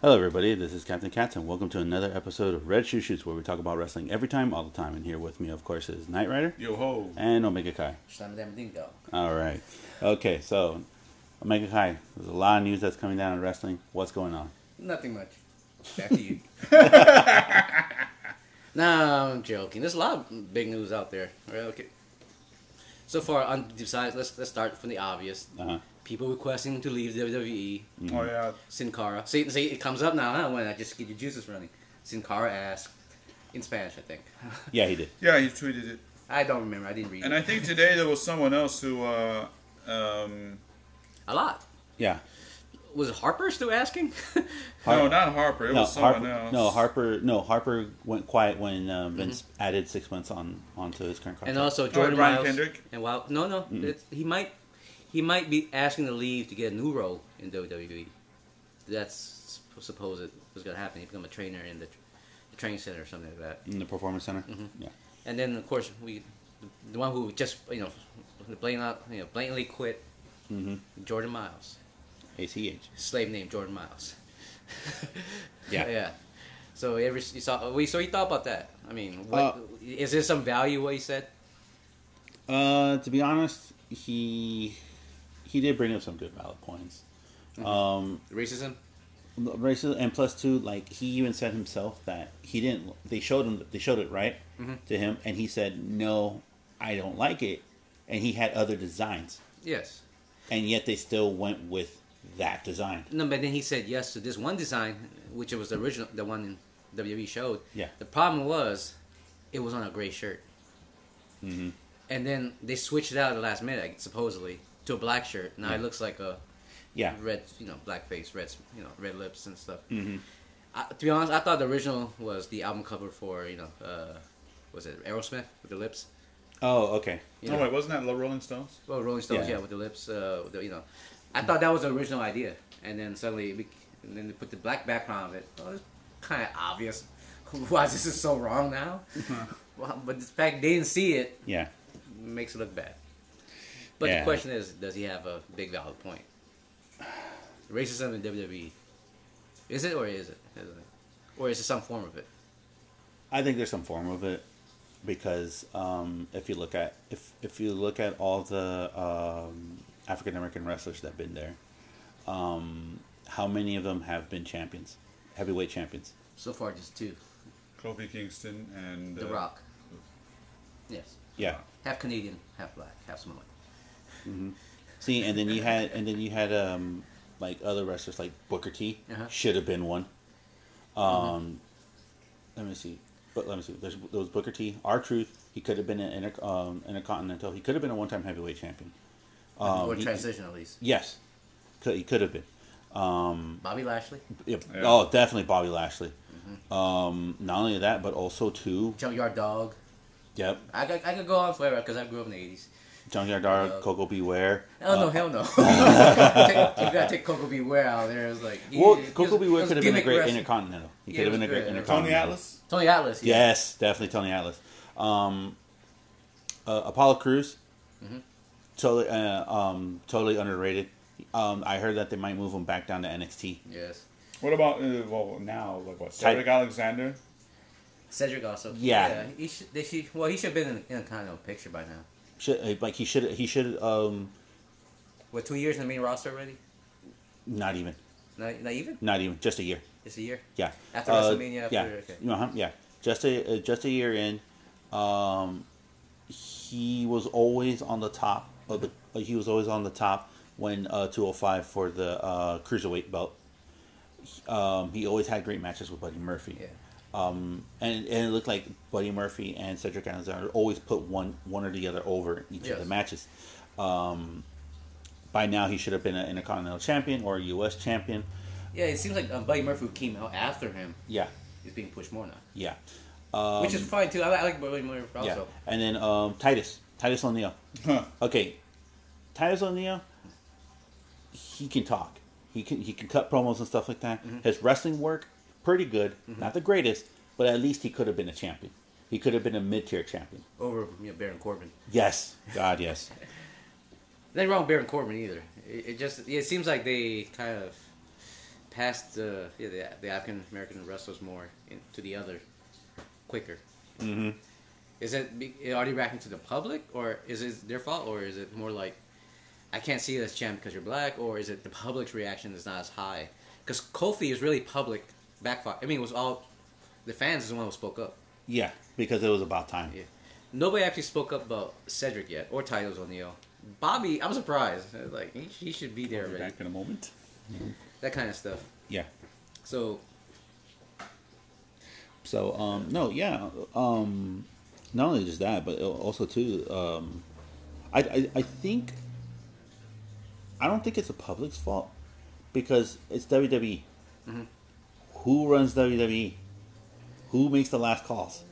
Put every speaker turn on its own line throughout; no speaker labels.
Hello, everybody. This is Captain Katz, and welcome to another episode of Red Shoe Shoots, where we talk about wrestling every time, all the time. And here with me, of course, is Knight Rider
Yo ho.
and Omega Kai.
Slam them ding dong.
All right. Okay, so Omega Kai, there's a lot of news that's coming down in wrestling. What's going on?
Nothing much. Back to you. nah, I'm joking. There's a lot of big news out there. Right, okay. So far, on besides, let's let's start from the obvious.
Uh-huh.
People requesting to leave WWE.
Oh yeah.
Sin Cara. See, see, it comes up now. Huh? When I just get your juices running. Sin Cara asked in Spanish, I think.
Yeah, he did.
Yeah, he tweeted it.
I don't remember. I didn't read
And
it.
I think today there was someone else who uh um
A lot.
Yeah.
Was it Harper still asking?
Har-
no, not Harper. It
no,
was someone
Harper,
else.
no, Harper. No, Harper went quiet when uh, Vince added six months on onto his current contract.
Mm-hmm. and also Jordan
Brian
Miles.
Kendrick?
And while no, no,
Mm-hmm.
it's, he might he might be asking to leave to get a new role in WWE. That's sup- supposed was going to happen. He become a trainer in the, tr- the training center or something like that.
in the performance center.
Mm-hmm.
Yeah.
And then of course we the- the one who just you know blatantly out- you know blatantly quit
Mhm.
Jordan Miles
ACH.
slave name Jordan Miles.
Yeah.
yeah. So every you saw we so you thought about that. I mean, what
Uh,
is there some value what he said?
Uh, to be honest, he he did bring up some good valid points. Um,
Racism.
racism, and plus two, like he even said himself that he didn't. They showed him. They showed it right to him, and he said, "No, I don't like it." And he had other designs,
Yes.
and yet they still went with that design.
No, but then he said yes to this one design, which was the original, the one in WWE showed.
Yeah.
The problem was, it was on a gray shirt. Mm-hmm. And then they switched it out at the last minute, like, supposedly, to a black shirt. Now it looks like a
Yeah,
red, you know, black face, red, you know, red lips and stuff. Mm-hmm. I, to be honest, I thought the original was the album cover for, you know, uh, was it Aerosmith with the lips?
Oh, okay.
You
Oh,
know,
wait, wasn't that La Rolling Stones?
Well, Rolling Stones,
Yeah.
yeah, with the lips, uh, with the, you know. I thought that was the original idea, and then suddenly, it bec- and then they put the black background of it. Well, it's kind of obvious why this is so wrong now. well, but the fact they didn't see it
Yeah.
makes it look bad. But
Yeah.
the question is, does he have a big valid point? Racism in WWE, is it or is it? Is it? Or is it some form of it?
I think there's some form of it because um, if you look at if if you look at all the um, African American wrestlers that've been there, um, how many of them have been champions, heavyweight champions?
So far, just two.
Kofi Kingston and
The
uh,
Rock. Yes.
Yeah.
Half Canadian, half black, half Samoan.
See, and then you had and then you had um, like other wrestlers like Booker T
Uh-huh.
should have been one. Um, Let me see. But let me see. There's, there was Booker T. Our truth. He could have been an inter, um, intercontinental. He could have been a one-time heavyweight champion. Um,
or
he-
transition, at least.
Yes, could, he could have been. Mm.
Bobby Lashley,
Yep.
Yeah.
Oh, definitely Bobby Lashley.
Mm-hmm.
Um, not only that, but also too.
Junkyard Dog.
Yep,
I could, I could go on forever because I grew up in the 80s.
Junkyard Dog,
Uh,
Coco Beware.
Oh, no,
Uh,
hell no. Take- you gotta take Coco Beware out of there. It's like, he-
Well,
he was-
Coco
he
Beware
was
could have been a
gimmick
great
wrestling.
intercontinental. He
Yeah,
could
he
have been
was
a great
good.
Tony
intercontinental.
Atlas?
Tony Atlas. Yeah.
Yes, definitely Tony Atlas. Um, uh, Apollo Cruz, totally, uh, um, totally underrated. Um, I heard that they might move him back down to NXT.
Yes.
What about uh, well now like what Cedric Alexander?
Cedric also.
Yeah.
he should, they should, well, he should have been in, in a kind of picture by now.
Should, uh, like he should, he should. Um,
What, two years in the main roster already?
not even,
Not, not even?
not even, just a year.
It's a year?
Yeah. Uh,
After WrestleMania, after-
yeah.
okay.
Uh-huh, yeah. Just a uh, just a year in, um, he was always on the top of the. uh, He was always on the top when uh, 205 for the uh, cruiserweight belt. Um, he always had great matches with Buddy Murphy.
Yeah.
Um, and, and it looked like Buddy Murphy and Cedric Alexander always put one one or the other over each of
Yes.
the matches. Um, by now, he should have been an Intercontinental Champion or a U.S. Champion.
Yeah, it seems like um, Buddy Murphy who came out after him
Yeah,
is being pushed more now.
yeah. Um,
Which is fine, too. I, like- I like Buddy Murphy also.
Yeah, and then um, Titus, Titus O'Neil.
Huh.
Okay, Titus O'Neil. He can talk. He can he can cut promos and stuff like that.
Mm-hmm.
His wrestling work pretty good, not the greatest, but at least he could have been a champion. He could have been a mid tier champion.
Over you know, Baron Corbin.
Yes, God, yes.
Nothing wrong with Baron Corbin either. It, it just it seems like they kind of passed the yeah, the, the African American wrestlers more in, to the other quicker.
Mhm.
Is it be- are they reacting to the public, or is it their fault, or is it more like I can't see you as champ because you're black, or is it the public's reaction is not as high? Because Kofi is really public backfire. I mean, it was all the fans is the one who spoke up.
Yeah, because it was about time.
Yeah. Nobody actually spoke up about Cedric yet, or Titus O'Neil. Bobby, I'm surprised. I was Like he, he should be there
We'll be
already.
back in a moment.
That kind of stuff.
Yeah.
So
So um no yeah um not only just that but also too um I I, I think I don't think it's the public's fault because it's WWE.
Mm-hmm.
Who runs WWE? Who makes the last calls?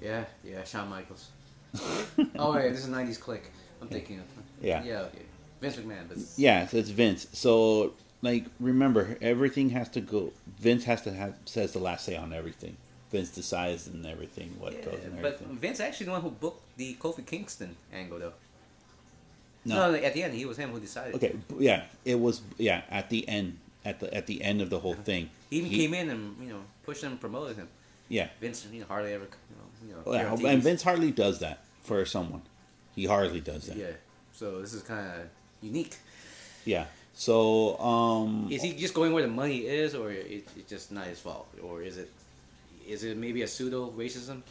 yeah, yeah, Shawn Michaels. oh yeah, this is '90s click. I'm thinking of.
Yeah.
Yeah. yeah. Vince McMahon, but
Yeah, so it's Vince. So like remember everything has to go Vince has to have says the last say on everything. Vince decides and everything what
Yeah,
goes and
but
everything.
Vince actually the one who booked the Kofi Kingston angle though.
No.
No. at the end he was him who decided.
Okay, b- yeah, it was yeah at the end at the at the end of the whole thing.
He even
He-
came in and you know pushed him, promoted him.
Yeah,
Vince you know, hardly ever you know. You know
Oh, yeah,
guarantees.
and Vince hardly does that for someone. He hardly does that.
Yeah, so this is kind of unique.
Yeah. So um,
Is he just going where the money is, or it, it's just not his fault, or is it? Is it maybe a pseudo racism,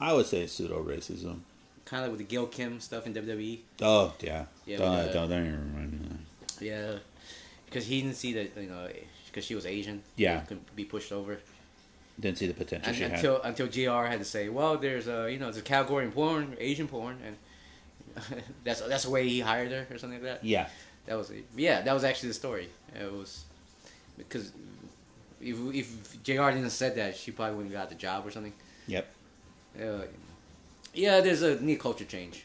I would say pseudo racism.
kind of like with the Gil Kim stuff in E? WWE?
Oh yeah.
Yeah,
Don't-
but, uh,
don't- don't even remind me of that.
Yeah, because he didn't see that you know because she was Asian.
Yeah.
he could be pushed over.
Didn't see the potential
And
she had.
until until Gr had to say, well, there's a you know there's a category in porn, Asian porn, and that's that's the way he hired her or something like that.
Yeah.
That was yeah, that was actually the story. It was because if if Jr. didn't have said that, she probably wouldn't have got the job or something.
Yep.
Uh, yeah, there's a need culture change.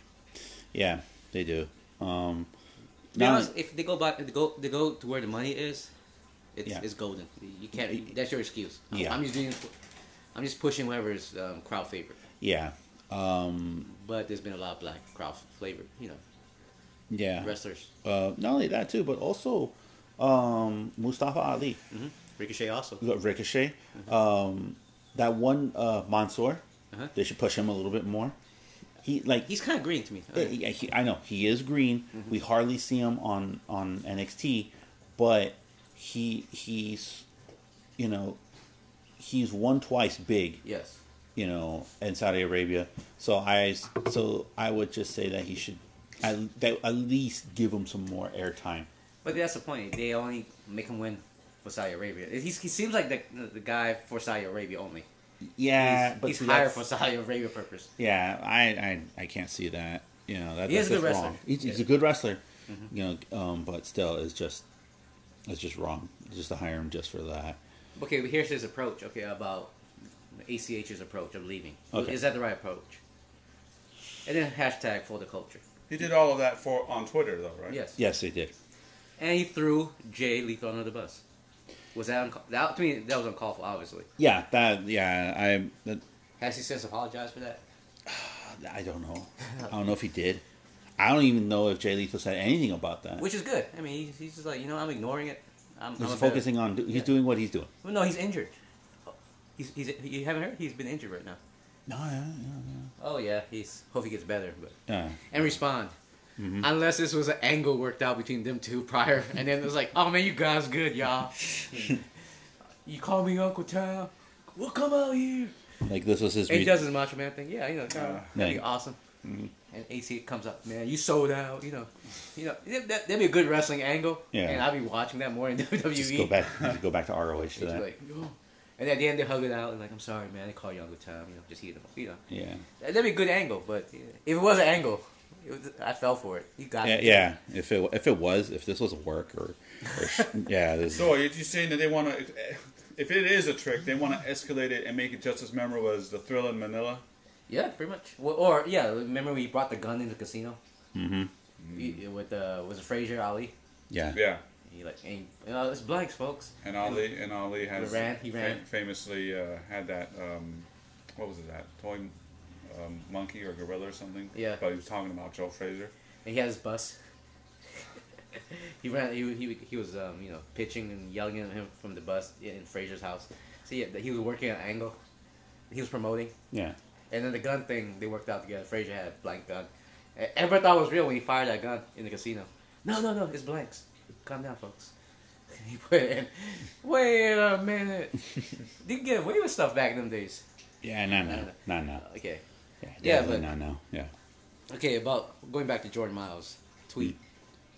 Yeah. They do. Um,
To be
now-
honest, if they go by, they go they go to where the money is, it's,
Yeah.
it's golden. You can't. That's your excuse.
Yeah.
I'm just doing, I'm just pushing whoever's um, crowd favorite.
yeah. Um,
But there's been a lot of black crowd favorite, you know,
Uh-huh. yeah.
wrestlers.
Uh, not only that too, but also um, Mustafa Ali.
hmm Ricochet also.
You got Ricochet. Um, that one uh, Mansoor,
Uh-huh.
they should push him a little bit more. He like
He's kind of green to me. Uh,
yeah, yeah, he, I know he is green.
Mm-hmm.
We hardly see him on on NXT, but he he's you know he's one twice big
Yes.
you know in Saudi Arabia. So I so I would just say that he should at, that at least give him some more airtime.
But that's the point. They only make him win for Saudi Arabia. He's, he seems like the the guy for Saudi Arabia only.
Yeah,
he's,
Uh, but
he's
see,
hired
that's-
for Saudi Arabia purpose.
Yeah, I, I I can't see that. You know, that,
He
that's
is a good
just
wrestler.
wrong. He's, he's a
Yeah. Mm-hmm.
good wrestler. You know, um, but still, it's just it's just wrong. Just to hire him just for that.
Okay, but here's his approach. Okay, about ACH's approach of leaving.
Okay.
Is that the right approach? And then hashtag for the culture.
He did all of that for on Twitter though, right?
Yes.
Yes, they did.
And he threw Jay Lethal under the bus. Was that uncall- that to me? That was uncalled for, obviously.
Yeah, that. Yeah, I that,
Has he since apologized for that?
I don't know. I don't know if he did. I don't even know if Jay Lethal said anything about that.
Which is good. I mean, he's, he's just like, you know, I'm ignoring it. I'm, I'm
he's
a better-
focusing on. do- He's
yeah.
doing what he's doing.
Well, no, he's injured. He's, he's you haven't heard? He's been injured right now.
No, yeah,
Oh yeah, he's hope he gets better, but
yeah. yeah.
and respond.
Mm-hmm.
Unless this was an angle worked out between them two prior, and then it was like, oh man, you guys good, y'all. you call me Uncle Tom. We'll come out here.
Like this was his.
And he
Re-
does his Macho Man thing. Yeah, you know, that'd be
Uh, Yeah. Mm-hmm.
awesome. And AC comes up, man. You sold out. You know, you know that, that, that'd be a good wrestling angle.
Yeah.
And I'd be watching that more in WWE.
just go back. Just go back to ROH to
It's
that.
like, "Yo." and at the end they hug it out and like, I'm sorry, man. They call you Uncle Tom. You know, just heat him up. You know,
yeah.
that'd be a good angle. But yeah, if it was an angle, it was, I fell for it. You got
Yeah,
it.
yeah. If it if it was if this was a work or, or sh- yeah, this
So are you just saying that they want to, if it is a trick, they want to escalate it and make it just as memorable as the thrill in Manila?
Yeah, pretty much. Well, or yeah, remember when you brought the gun into the casino? Mm-hmm. with uh, was it Frazier Ali?
yeah.
Yeah.
He like, and, you know, it's blanks, folks.
And Ali and Ali has
He ran, he ran.
famously uh, had that um, what was it that toy um, monkey or gorilla or something?
Yeah.
But he was talking about Joe Frazier.
And he had his bus. he ran. He, he, he was um, you know pitching and yelling at him from the bus in Fraser's house. So yeah, he was working at angle. He was promoting,
Yeah.
and then the gun thing they worked out together. Fraser had a blank gun. E- Everyone thought it was real when he fired that gun in the casino. No, no, no, it's blanks. Calm down, folks. He put it in. Wait a minute. you can get away with stuff back in them days.
Yeah, no, no, no, no.
Okay.
Yeah,
Yeah,
definitely
but-
no, no, yeah.
Okay, about going back to Jordan Miles' tweet,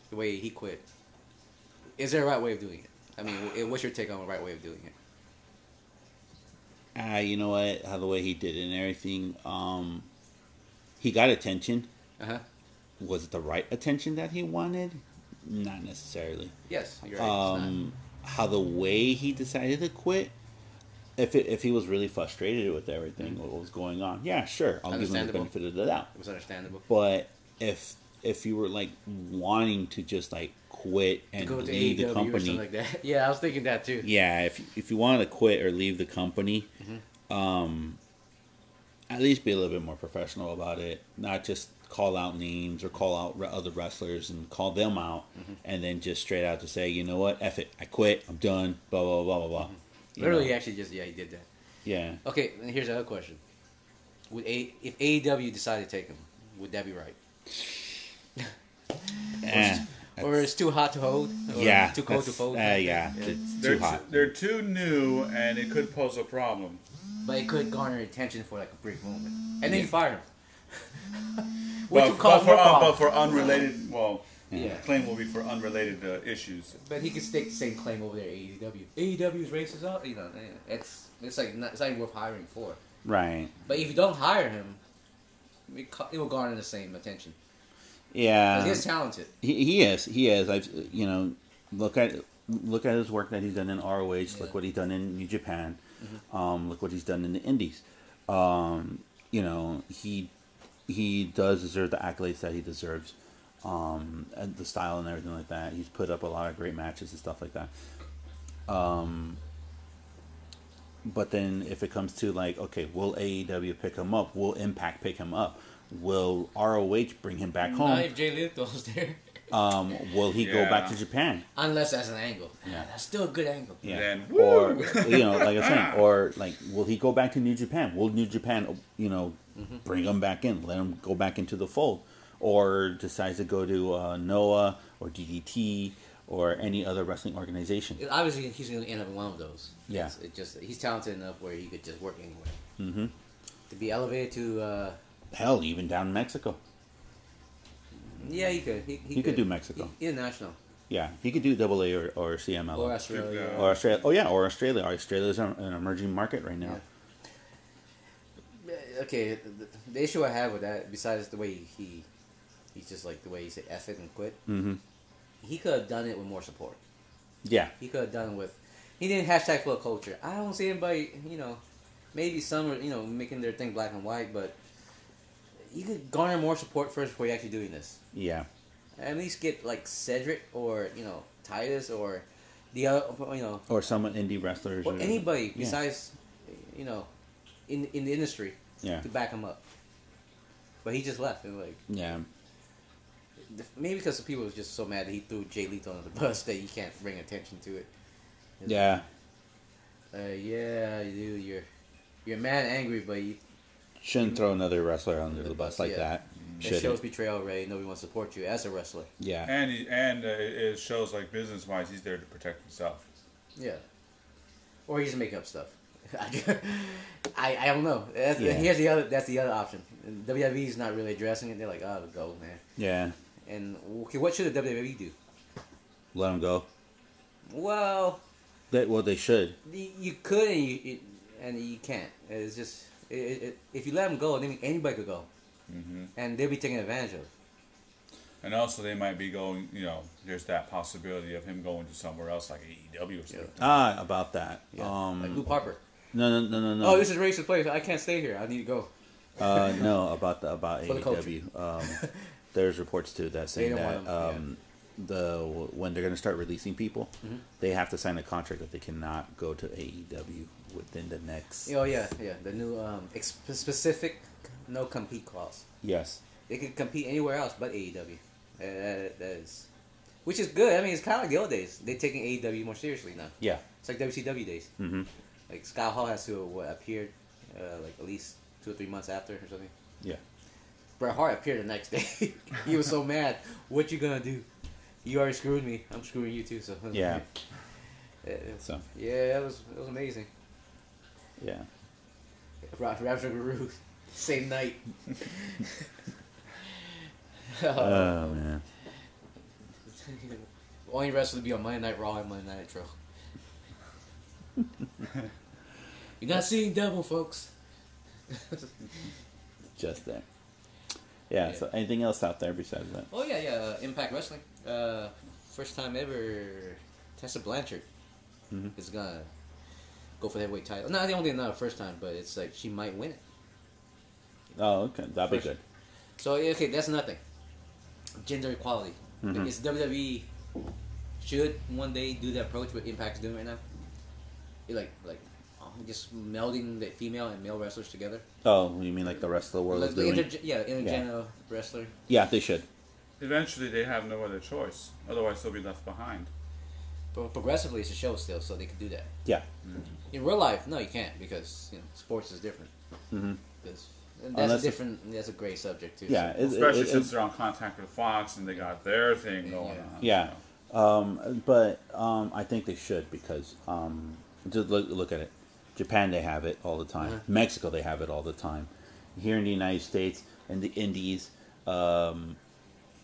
the way he quit. Is there a right way of doing it? I mean, wh- what's your take on the right way of doing it?
Ah, you know what? How the way he did it and everything. Um, he got attention.
Uh huh.
Was it the right attention that he wanted? Not necessarily.
Yes, you're right.
um, how the way he decided to quit. If it, if he was really frustrated with everything, what was going on? Yeah, sure, I'll give him the
Mm-hmm. Understandable.
benefit of the doubt.
it was understandable.
But if if you were like wanting to just like quit and
Go to
leave
AEW
the
or
company,
something like that. Yeah, I was thinking that too.
yeah, if if you wanted to quit or leave the company, um,
Mm-hmm.
at least be a little bit more professional about it. Not just call out names or call out re- other wrestlers and call them out,
Mm-hmm.
and then just straight out to say, you know what, F it, I quit, I'm done, blah blah blah blah blah. You
Mm-hmm. Literally,
know?
actually, just yeah, he did that.
yeah.
Okay, and here's another question: Would a if AEW decided to take him, would that be right?
Eh,
or it's too hot to hold? Or
yeah,
too cold to
that's-
fold?
eh, yeah, it's
They're
too hot.
they're too new, and it could pose a problem.
But it could garner attention for like a brief moment, and then you
Yeah.
fire him. what
But,
you call
but for
work-off.
uh, but for unrelated, well,
Yeah.
the claim will be for unrelated uh, issues.
But he can stick the same claim over there. E at AEW. AEW's racist. All you know, eh, it's it's like not, it's not even worth hiring for.
Right.
But if you don't hire him, it, co- it will garner the same attention. 'Cause
Yeah.
He he's talented.
He, he is. He is. I've you know look at look at his work that he's done in ROH.
Yeah. Mm-hmm.
Look what he's done in New Japan. Um, look what he's done in the Indies. Um, you know he he does deserve the accolades that he deserves. Um, and the style and everything like that. He's put up a lot of great matches and stuff like that. Um, But then if it comes to like, okay, will AEW pick him up? Will Impact pick him up? Will ROH bring him back
Not
home?
if Jay Lethal's there.
Um, will he go back
Yeah.
to Japan?
Unless that's an angle.
Yeah.
That's still a good angle.
Yeah.
Then,
or
woo!
you know, like I was saying, or like, will he go back to New Japan? Will New Japan, you know,
Mm-hmm.
bring him back in, let him go back into the fold, or decides to go to uh, Noah or DDT or any other wrestling organization?
It- obviously, he's going to end up in one of those.
Yeah.
It's- It just he's talented enough where he could just work anywhere. Mm-hmm. To be elevated to, uh,
Hell, even down in Mexico.
yeah, he could. He,
He could do Mexico.
He- international
Yeah, he could do Double A or, or CML
or Australia.
Yeah.
or Australia. Oh yeah, or Australia. Australia's an an emerging market right now.
Uh, Okay, the, the issue I have with that, besides the way he, he's just like the way he said "eff it" and quit.
hmm
He could have done it with more support.
Yeah,
He could have done it with. He didn't hashtag for culture. I don't see anybody. You know, maybe some are you know making their thing black and white, but you could garner more support first before you actually doing this.
yeah,
At least get like Cedric or you know Titus or the other you know
or some indie wrestlers
or
or-
anybody
Yeah.
besides you know in in the industry
Yeah,
to back him up. But he just left and like
yeah.
maybe because the people was just so mad that he threw Jay Lethal under the bus that you can't bring attention to it. It's
yeah.
like, Uh, yeah, you do. You're you're mad, and angry, but you,
Shouldn't throw another wrestler under the bus like
Yeah.
that.
it shows
Should
betrayal already. Nobody wants to support you as a wrestler.
Yeah.
And he, and uh, it it shows like business wise, he's there to protect himself.
Yeah, or he's making up stuff. I, I don't know. That's,
Yeah.
Here's the other. That's the other option. WWE is not really addressing it. They're like, oh, go man.
Yeah.
And okay, what should the WWE do?
Let them go.
Well,
They, well, they should.
You you could and you, you and you can't. It's just it, it, it- if you let them go, then anybody could go,
Mm-hmm.
and they'll be taken advantage of.
And also, they might be going. You know, there's that possibility of him going to somewhere else, like AEW or something.
Ah, about that. Um,
like Luke Harper.
no, no, no, no, no.
Oh, this is racist place. I can't stay here. I need to go.
uh, no, about the about
For the
AEW. Um, there's reports too that saying
don't
that
want 'em,
um, the when they're gonna start releasing people,
Mm-hmm.
they have to sign a contract that they cannot go to AEW within the next.
Oh yeah, yeah. The new um, ex- specific no compete clause.
Yes.
E They could compete anywhere else but AEW. Uh, that, that is which is good. I mean, it's kind of like the old days. They're taking AEW more seriously now.
Yeah.
It's like WCW days.
Mm-hmm.
Like Scott Hall has to what, appeared uh, like at least two or three months after or something.
Yeah.
Bret Hart appeared the next day. he was so mad. What you gonna do? You already screwed me. I'm screwing you too. So
Yeah.
Uh, it-
So.
yeah, it was it was amazing.
Yeah.
Ra- Rapture Guru, same night. Uh,
Oh man.
Only wrestling would be on Monday Night Raw and Monday Night Nitro. You're not seeing double, folks.
Just that. Yeah,
Yeah.
So anything else out there besides that?
oh yeah, yeah. Uh, Impact Wrestling. Uh, first time ever. Tessa Blanchard
Mhm.
is gonna go for the heavyweight title. Not the only not the first time, but it's like she might win it.
Oh, okay. That'd be
First-
good.
So yeah, okay, that's nothing. Gender equality.
Mhm.
Because WWE should one day do the approach what Impact's doing right now. It like like uh, just melding the female and male wrestlers together.
Oh, you mean like the rest of the world
Like,
is
the
doing?
interge- yeah, intergender wrestler.
yeah, they should.
Eventually, they have no other choice. Otherwise, they'll be left behind.
But progressively, it's a show still, so they could do that.
Yeah.
In real life, no, you can't because you know sports is different.
Mhm.
That's, and that's
Unless
a
it-
different. That's a great subject too.
Yeah.
so-
It, it-
Especially
it-
since they're on contact with Fox and they got their thing going on.
Yeah, um, but um, I think they should because um, just look look at it. Japan they have it all the time.
Mhm.
Mexico they have it all the time. Here in the United States and the Indies, um,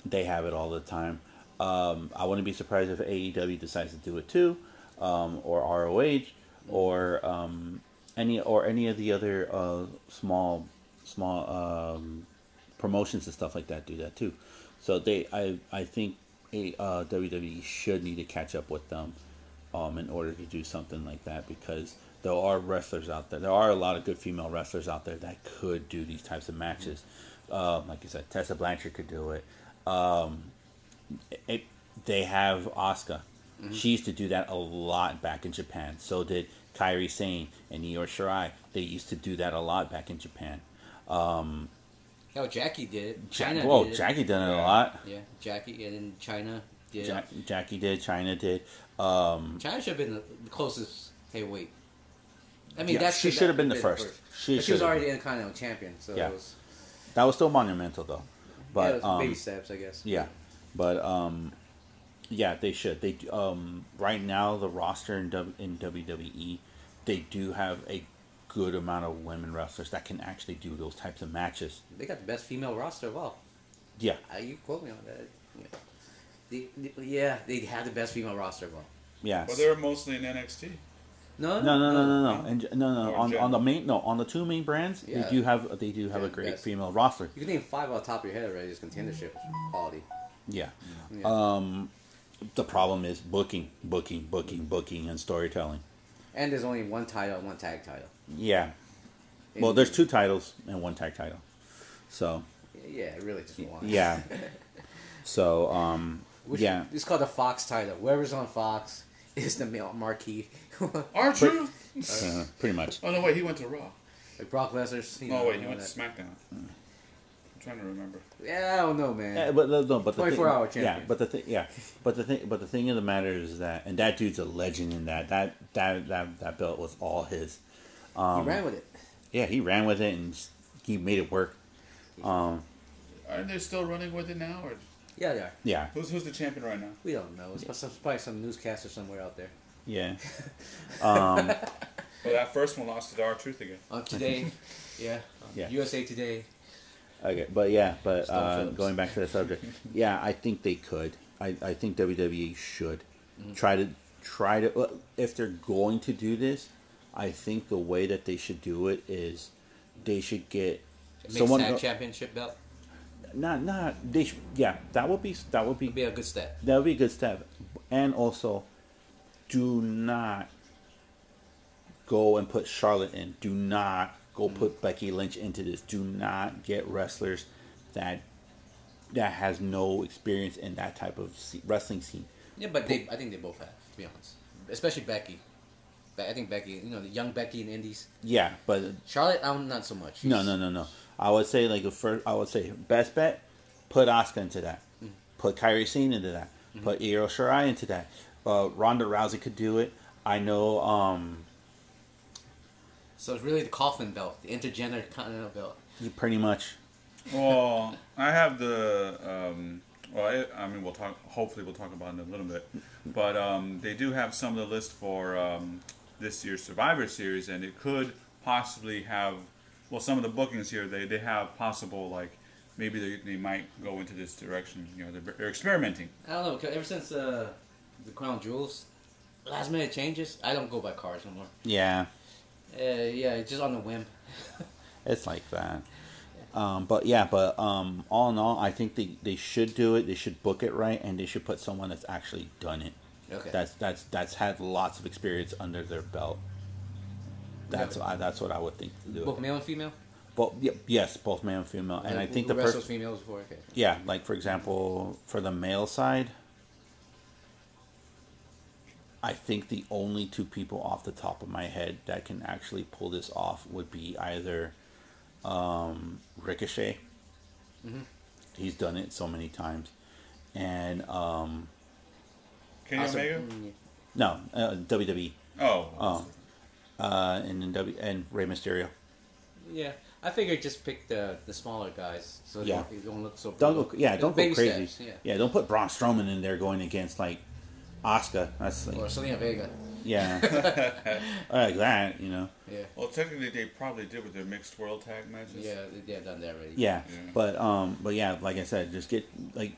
they have it all the time. Um, I wouldn't be surprised if AEW decides to do it too, um, or ROH, or um, any or any of the other uh, small small um, promotions and stuff like that do that too. So they, I, I think a, uh, WWE should need to catch up with them, um, in order to do something like that because there are wrestlers out there. There are a lot of good female wrestlers out there that could do these types of matches. Um, like you said, Tessa Blanchard could do it. Um, it they have Asuka.
Mm-hmm.
She used to do that a lot back in Japan. So did Kairi Sane and Io Shirai. They used to do that a lot back in Japan.
Hell, Jackie did it.
Jack,
China
whoa,
did it.
Jackie done it a lot.
Yeah, Jackie, and then China did.
Ja-
it.
Jackie did, China did. Um,
China should have been the closest heavyweight. I mean,
Yeah,
that's
she
that
should have been
would've
the first. She
But she
should
was
have
already
been.
the Intercontinental Champion, so
Yeah.
it was,
that was still monumental though,
but,
but um,
baby steps, I guess.
yeah, but um, yeah, they should. They um, right now the roster in w- in WWE, they do have a good amount of women wrestlers that can actually do those types of matches.
They got the best female roster of all.
Yeah,
Uh, you quote me on that. They, they- yeah, they had the best female roster of all.
yeah.
But they're mostly in NXT.
No, Oh,
No, no, no, no, no, and no, no.
Or
On,
Jen.
on the main, no, on the two main brands,
Yeah.
they do have they do have
Yeah,
a great
best.
female roster.
You can name five off the top of your head already as contendership quality.
Yeah.
Yeah.
Um, the problem is booking, booking, booking, booking, and storytelling.
And there's only one title and one tag title.
Yeah. Well, there's two titles and one tag title. So
Yeah, really just one.
yeah. so um,
Which-
yeah.
It's called the Fox title. Whoever's on Fox is the male marquee.
R Truth?
uh, pretty much.
Oh, no, wait, he went to Raw.
Like Brock Lesnar's. Oh, You
No,
know,
wait, he
all
went to
that.
SmackDown. I'm trying to remember.
Yeah, I don't know, man.
Yeah, Uh, but no, no, but the
24-hour
thing, Yeah,
champion.
but the thing, yeah, but the thing, but the thing of the matter is that, and that dude's a legend in that. That that that that belt was all his. um,
he ran with it.
Yeah, he ran with it and he made it work. Um,
Aren't they still running with it now? Or
Yeah, they are.
yeah,
who's who's the champion right now?
We don't know. It's probably some- probably some newscaster somewhere out there.
yeah. Um,
Well, that first one lost to R Truth again.
On Uh, today, yeah, um, on
Yeah.
USA Today.
Okay, but yeah, but
Stone
uh,
Phillips.
going back to the subject, yeah, I think they could. I, I think WWE should try to try to well, if they're going to do this, I think the way that they should do it is they should get
Mixed
someone
tag championship belt
not not they should, yeah that would be that would
would be a good step.
that would be a good step. And also, do not go and put Charlotte in. Do not go put Becky Lynch into this. Do not get wrestlers that that has no experience in that type of se- wrestling scene.
Yeah, but they, I think they both have, to be honest. Especially Becky. Be- I think Becky, you know, the young Becky in Indies.
Yeah, but
Charlotte, I'm not so much.
no, no, no, no. I would say like the first. I would say best bet, put Oscar into that. Put Kyrie Sane into that. Put Io Shirai into that. Uh, Ronda Rousey could do it. I know. Um,
So it's really the coffin belt, the intergender continental belt.
pretty much.
Well, I have the. Um, well, I, I mean, we'll talk. Hopefully, we'll talk about it in a little bit. But um, they do have some of the list for um, this year's Survivor Series, and it could possibly have. Well, some of the bookings here, they they have possible like maybe they, they might go into this direction. You know, they're, they're experimenting.
I don't know. 'cause ever since uh, the crown jewels, last minute changes. I don't go by cards no more.
Yeah,
Uh, yeah, it's just on the whim.
it's like that. Um, but yeah, but um, all in all, I think they, they should do it. They should book it right, and they should put someone that's actually done it.
Okay.
That's that's that's had lots of experience under their belt. That's I, that's what I would think to do.
both
It.
male and female.
But y- yes, both male and female, and I
Who-
think
who
the person
wrestles females before. Okay.
Yeah, like for example, for the male side, I think the only two people off the top of my head that can actually pull this off would be either um, Ricochet.
Mm-hmm.
He's done it so many times, and um,
Kenny
Awesome. Mm-hmm.
Omega.
Mm,
no uh, WWE,
Oh,
Oh. uh, and then W and Rey Mysterio.
Yeah, I figured just pick the the smaller guys so
Yeah.
yeah. they don't look so.
Don't
brutal.
look, yeah, don't go
Baby
crazy.
steps,
yeah.
yeah.
don't put Braun Strowman in there going against like Oscar. That's like,
Or Selena Vega.
yeah, like that, you know.
Yeah.
well, technically they probably did with their mixed world tag matches.
Yeah, they- they've done that already.
Yeah,
Yeah.
but um, but yeah, like I said, just get like,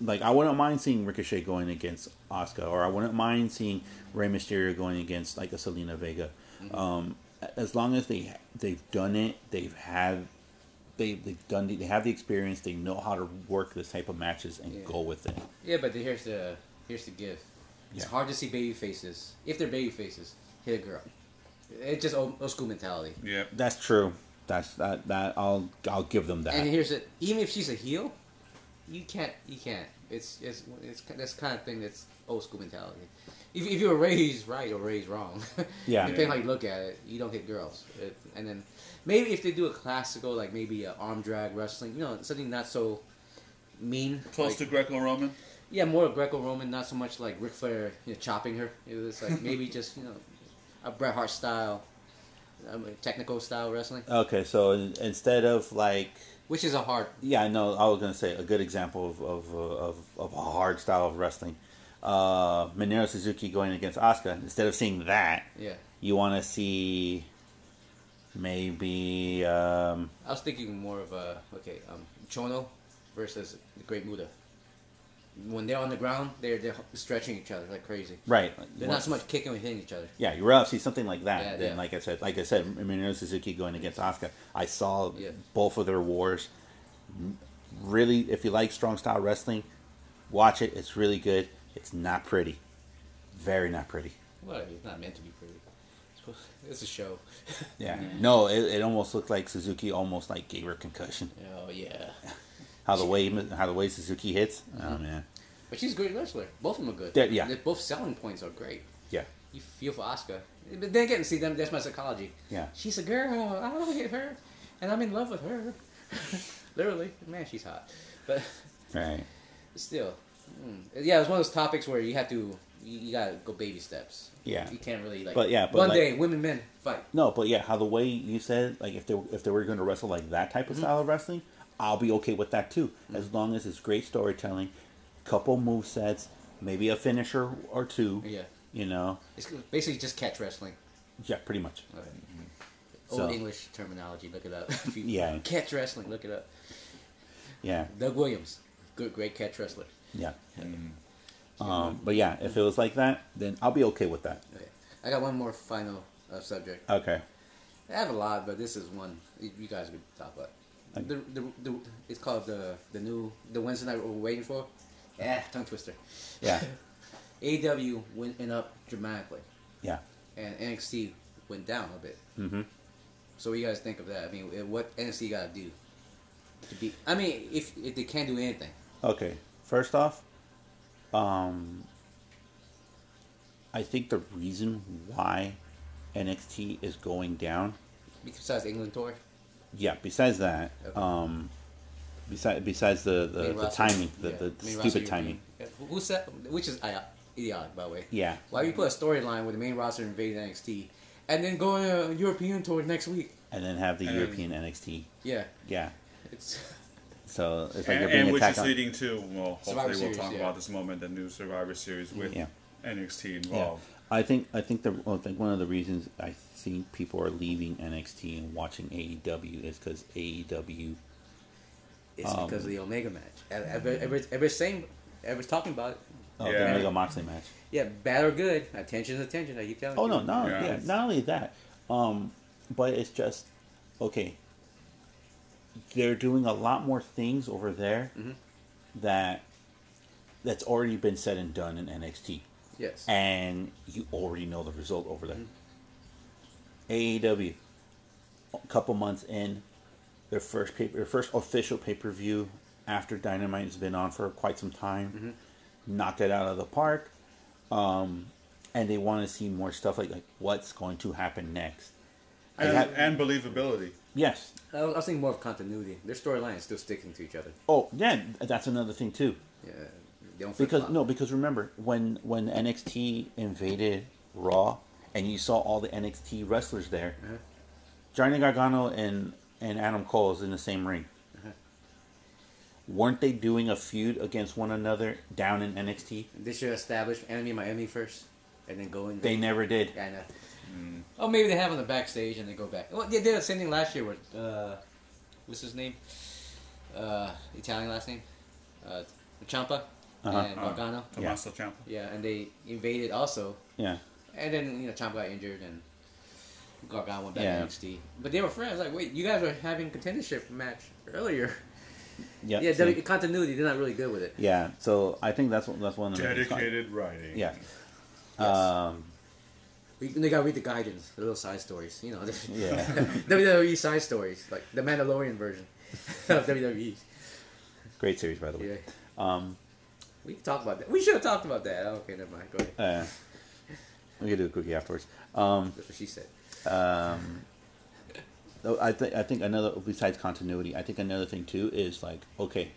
like I wouldn't mind seeing Ricochet going against Oscar, or I wouldn't mind seeing Rey Mysterio going against like a Selena Vega.
Mm-hmm.
Um, a- as long as they they've done it, they've had they they've done the, they have the experience, they know how to work this type of matches and
Yeah.
go with it.
Yeah, but the- here's the here's the gift. It's
Yeah.
hard to see baby faces if they're baby faces hit a girl. It's just old, old school mentality.
Yep.
That's true. That's that that I'll I'll give them that.
And here's it. Even if she's a heel, you can't. You can't. It's it's it's that's kind of thing that's old school mentality. If, if you were raised right or raised wrong,
Yeah.
depending how you look at it, you don't hit girls. It, and then maybe if they do a classical like maybe a arm drag wrestling, you know, something not so mean.
Close
like-
to Greco-Roman.
Yeah, more Greco-Roman, not so much like Ric Flair you know, chopping her. It was like maybe just you know a Bret Hart style, um, technical style wrestling,
Okay, so in, instead of like
which is a hard.
Yeah, I know. I was gonna say a good example of of uh, of, of a hard style of wrestling. Uh, Minoru Suzuki going against Asuka. Instead of seeing that,
Yeah,
you want to see maybe um,
I was thinking more of a okay, um, Chono versus the Great Muda. When they're on the ground, they're they're stretching each other like crazy.
right.
They're not so much kicking and hitting each other.
Yeah, you're up. See something like that.
Yeah,
then,
yeah.
like I said, like I said, Minoru Suzuki going against Asuka. I saw
Yeah.
both of their wars. Really, if you like strong style wrestling, watch it. It's really good. It's not pretty. Very not pretty.
Whatever, it's not meant to be pretty. It's supposed- It's a show.
Yeah. No, it, it almost looked like Suzuki almost like gave her concussion.
oh yeah,
How the way how the way Suzuki hits. Oh man.
but she's a great wrestler. Both of them are good.
They're- yeah.
Their- both selling points are great.
Yeah.
You feel for Oscar, but then again, see them. That's my psychology.
Yeah.
she's a girl. I don't hit her, and I'm in love with her. Literally, man, she's hot. But
Right.
still, mm. yeah, it's one of those topics where you have to, you, you gotta go baby steps.
Yeah.
you can't really like.
But yeah, but
one
like-
day women men fight.
No, but yeah, how the way you said like if they were- if they were going to wrestle like that type of style of wrestling, I'll be okay with that too, as long as it's great storytelling, couple move sets, maybe a finisher or two.
Yeah.
You know.
It's basically just catch wrestling.
Yeah, pretty much.
Okay.
Mm-hmm. So-
Old English terminology. Look it up. If you-
Yeah.
catch wrestling. Look it up.
Yeah.
Doug Williams, good, great catch wrestler.
Yeah. Um, but yeah, if it was like that, then I'll be okay with that.
Okay, I got one more final uh, subject.
Okay.
I have a lot, but this is one you you guys could talk about. The, the, the, it's called the the new the Wednesday night we're waiting for. Yeah, tongue twister.
Yeah.
AW went and up dramatically,
Yeah.
and NXT went down a bit.
Mhm.
So what you guys think of that? I mean, eh, what NXT got to do to be? I mean, if if they can't do anything,
Okay. First off, um, I think the reason why NXT is going down,
besides England tour,
yeah, besides that,
Okay.
um, Besides, besides the, the, the
Mirasu-
timing, the,
yeah,
the
Mirasu
stupid
European.
timing.
Yeah, who- Who said? Which is uh, idiotic, by the way.
Yeah.
Why you put a storyline with the main roster invading NXT and then go on a European tour next week?
And then have the
And-
European NXT.
Yeah,
Yeah.
it's
So it's like
and,
you're being
and which
attacked
is
on.
leading to well,
Survivor
hopefully we'll
Series,
talk
yeah.
about this moment the new Survivor Series with
Yeah.
NXT
Yeah.
involved.
I think I think the I think one of the reasons I think people are leaving NXT and watching AEW is E because AEW
it's
Um,
because of the Omega match. E, Ever, ever, ever saying, ever talking about it.
oh, the
Yeah.
Mega Moxley match.
Yeah, bad or good, attention is attention. I keep telling
Oh
you.
no, not
Yeah.
yeah. not only that, um, but it's just okay. They're doing a lot more things over there that that's already been said and done in NXT,
Yes.
and you already know the result over there. AEW, a couple months in, their first paper, their first official pay per view after Dynamite has been on for quite some time, knocked it out of the park Um, and they want to see more stuff like like what's going to happen next. They
And,
have-
and believability.
yes.
I was I was thinking more of continuity. Their storyline is still sticking to each other.
Oh, yeah. That's another thing too.
Yeah, they don't
Because
flip-flop.
no, because remember when when NXT invaded Raw and you saw all the NXT wrestlers there,
Uh-huh.
Johnny Gargano and and Adam Cole is in the same ring.
Uh-huh.
Weren't they doing a feud against one another down in NXT?
They should establish enemy my enemy first, and then go in.
They never did.
Yeah, I know.
Hmm.
Oh, maybe they have on the backstage and they go back. Well, they did the same thing last year with uh, what's his name? Uh, Italian last name, uh, Ciampa
Uh-huh.
and Gargano.
Uh, Tommaso Ciampa.
Yeah, and they invaded also,
Yeah.
and then you know Ciampa got injured and Gargano went back
Yeah.
to NXT. But they were friends. Like, wait, you guys were having contendership match earlier.
Yep.
yeah,
so-
the continuity. They're not really good with it.
yeah. So I think that's that's one of the
Dedicated writing.
Yeah.
Yes.
Um,
We- They gotta read the guidance, the little side stories, you know.
yeah.
WWE E side stories, like the Mandalorian version of WWE.
Great series, by the way.
Yeah,
Um,
we can talk about that. We should have talked about that. Oh, Okay, never mind. Go
uh,
ahead.
we can do a quickie afterwards. Um,
That's what she said.
um, oh, I think I think another besides continuity, I think another thing too is like okay,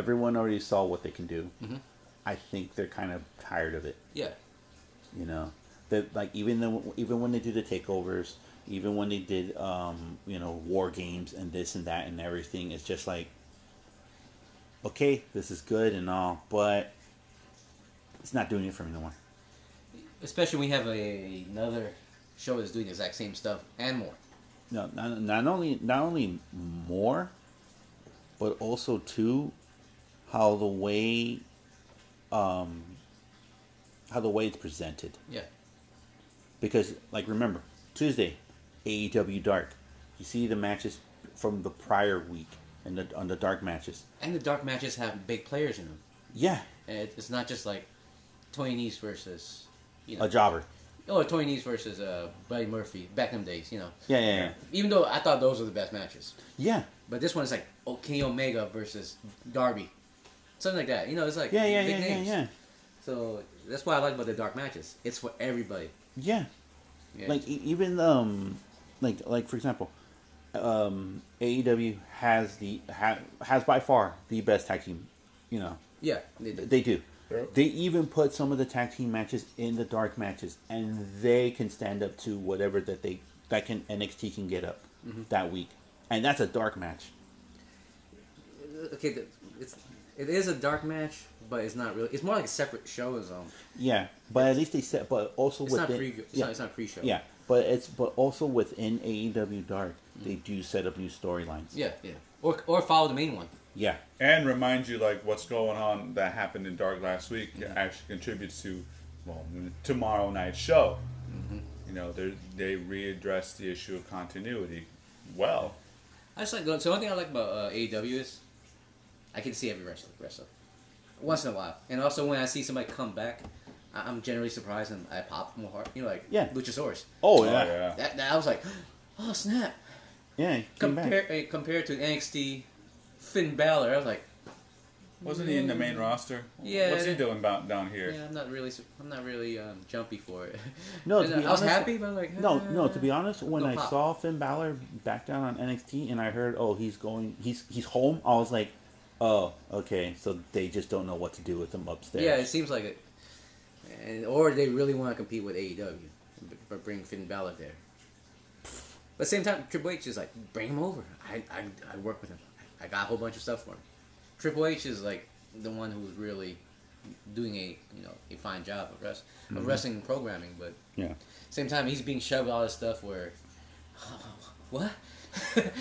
everyone already saw what they can do. I think they're kind of tired of it.
Yeah,
You know, that like even though even when they do the takeovers, even when they did um, you know war games and this and that and everything, it's just like okay, this is good and all, but it's not doing it for me no more.
especially when we have a, another show that's doing the exact same stuff and more.
No, not, not only not only more, but also too, how the way, um, how the way it's presented.
Yeah,
Because like remember Tuesday, AEW Dark, you see the matches from the prior week and the on the dark matches.
and the dark matches have big players in them.
Yeah,
And it, it's not just like Tony Nese versus you know,
a jobber.
oh Tony Nese versus uh, Buddy Murphy back in them days. You know,
Yeah, yeah, yeah.
even though I thought those were the best matches.
Yeah,
But this one is like Kenny Omega versus Darby. Something like that. You know, it's like
yeah, yeah,
big
yeah, yeah,
names.
yeah.
So that's why I like about the dark matches. It's for everybody.
yeah.
Yeah.
like e- even um like like for example um AEW has the ha, has by far the best tag team you know
yeah, they do.
they do
Yeah.
they even put some of the tag team matches in the dark matches and they can stand up to whatever that they that can NXT can get up
Mm-hmm.
that week and that's a dark match
okay, the- it's it is a dark match, but it's not really. It's more like a separate show. Is um,
yeah but at least they set but also
it's
within
not pre. It's,
yeah,
not, it's not pre-show.
yeah but it's but also within AEW dark they do set up new storylines
Mm-hmm. yeah, yeah. Or or follow the main one.
yeah
And remind you like what's going on that happened in Dark last week actually contributes to well tomorrow night's show.
Mm-hmm.
You know they they readdress the issue of continuity. Well,
I just like the so one thing I like about uh, AEW is I can see every wrestler wrestler once in a while, and also when I see somebody come back, I, I'm generally surprised and I pop more hard. You know, like
Yeah.
Luchasaurus.
oh
oh,
yeah yeah,
yeah.
That, that I was like, oh snap. eh,
yeah he came back.
Compare, uh, compared to NXT Finn Balor, I was like,
Wasn't he in the main roster?
Yeah.
What's he doing about down here?
Yeah, I'm not really. su- I'm not really um, jumpy for it.
No,
And
to be
I was
honest-
happy, but I'm like
No,
"Ah."
no. To be honest, when
No
I
pop.
saw Finn Balor back down on NXT and I heard, oh, he's going, he's he's home. I was like, oh, okay. So they just don't know what to do with him upstairs.
Yeah, it seems like it. And, or they really want to compete with AEW, b- but bring Finn Balor there. But same time, Triple H is like, bring him over. I, I, I work with him. I got a whole bunch of stuff for him. Triple H is like the one who's really doing a you know a fine job of, rest,
Mm-hmm.
of wrestling programming, but
yeah.
same time he's being shoved all this stuff where, what?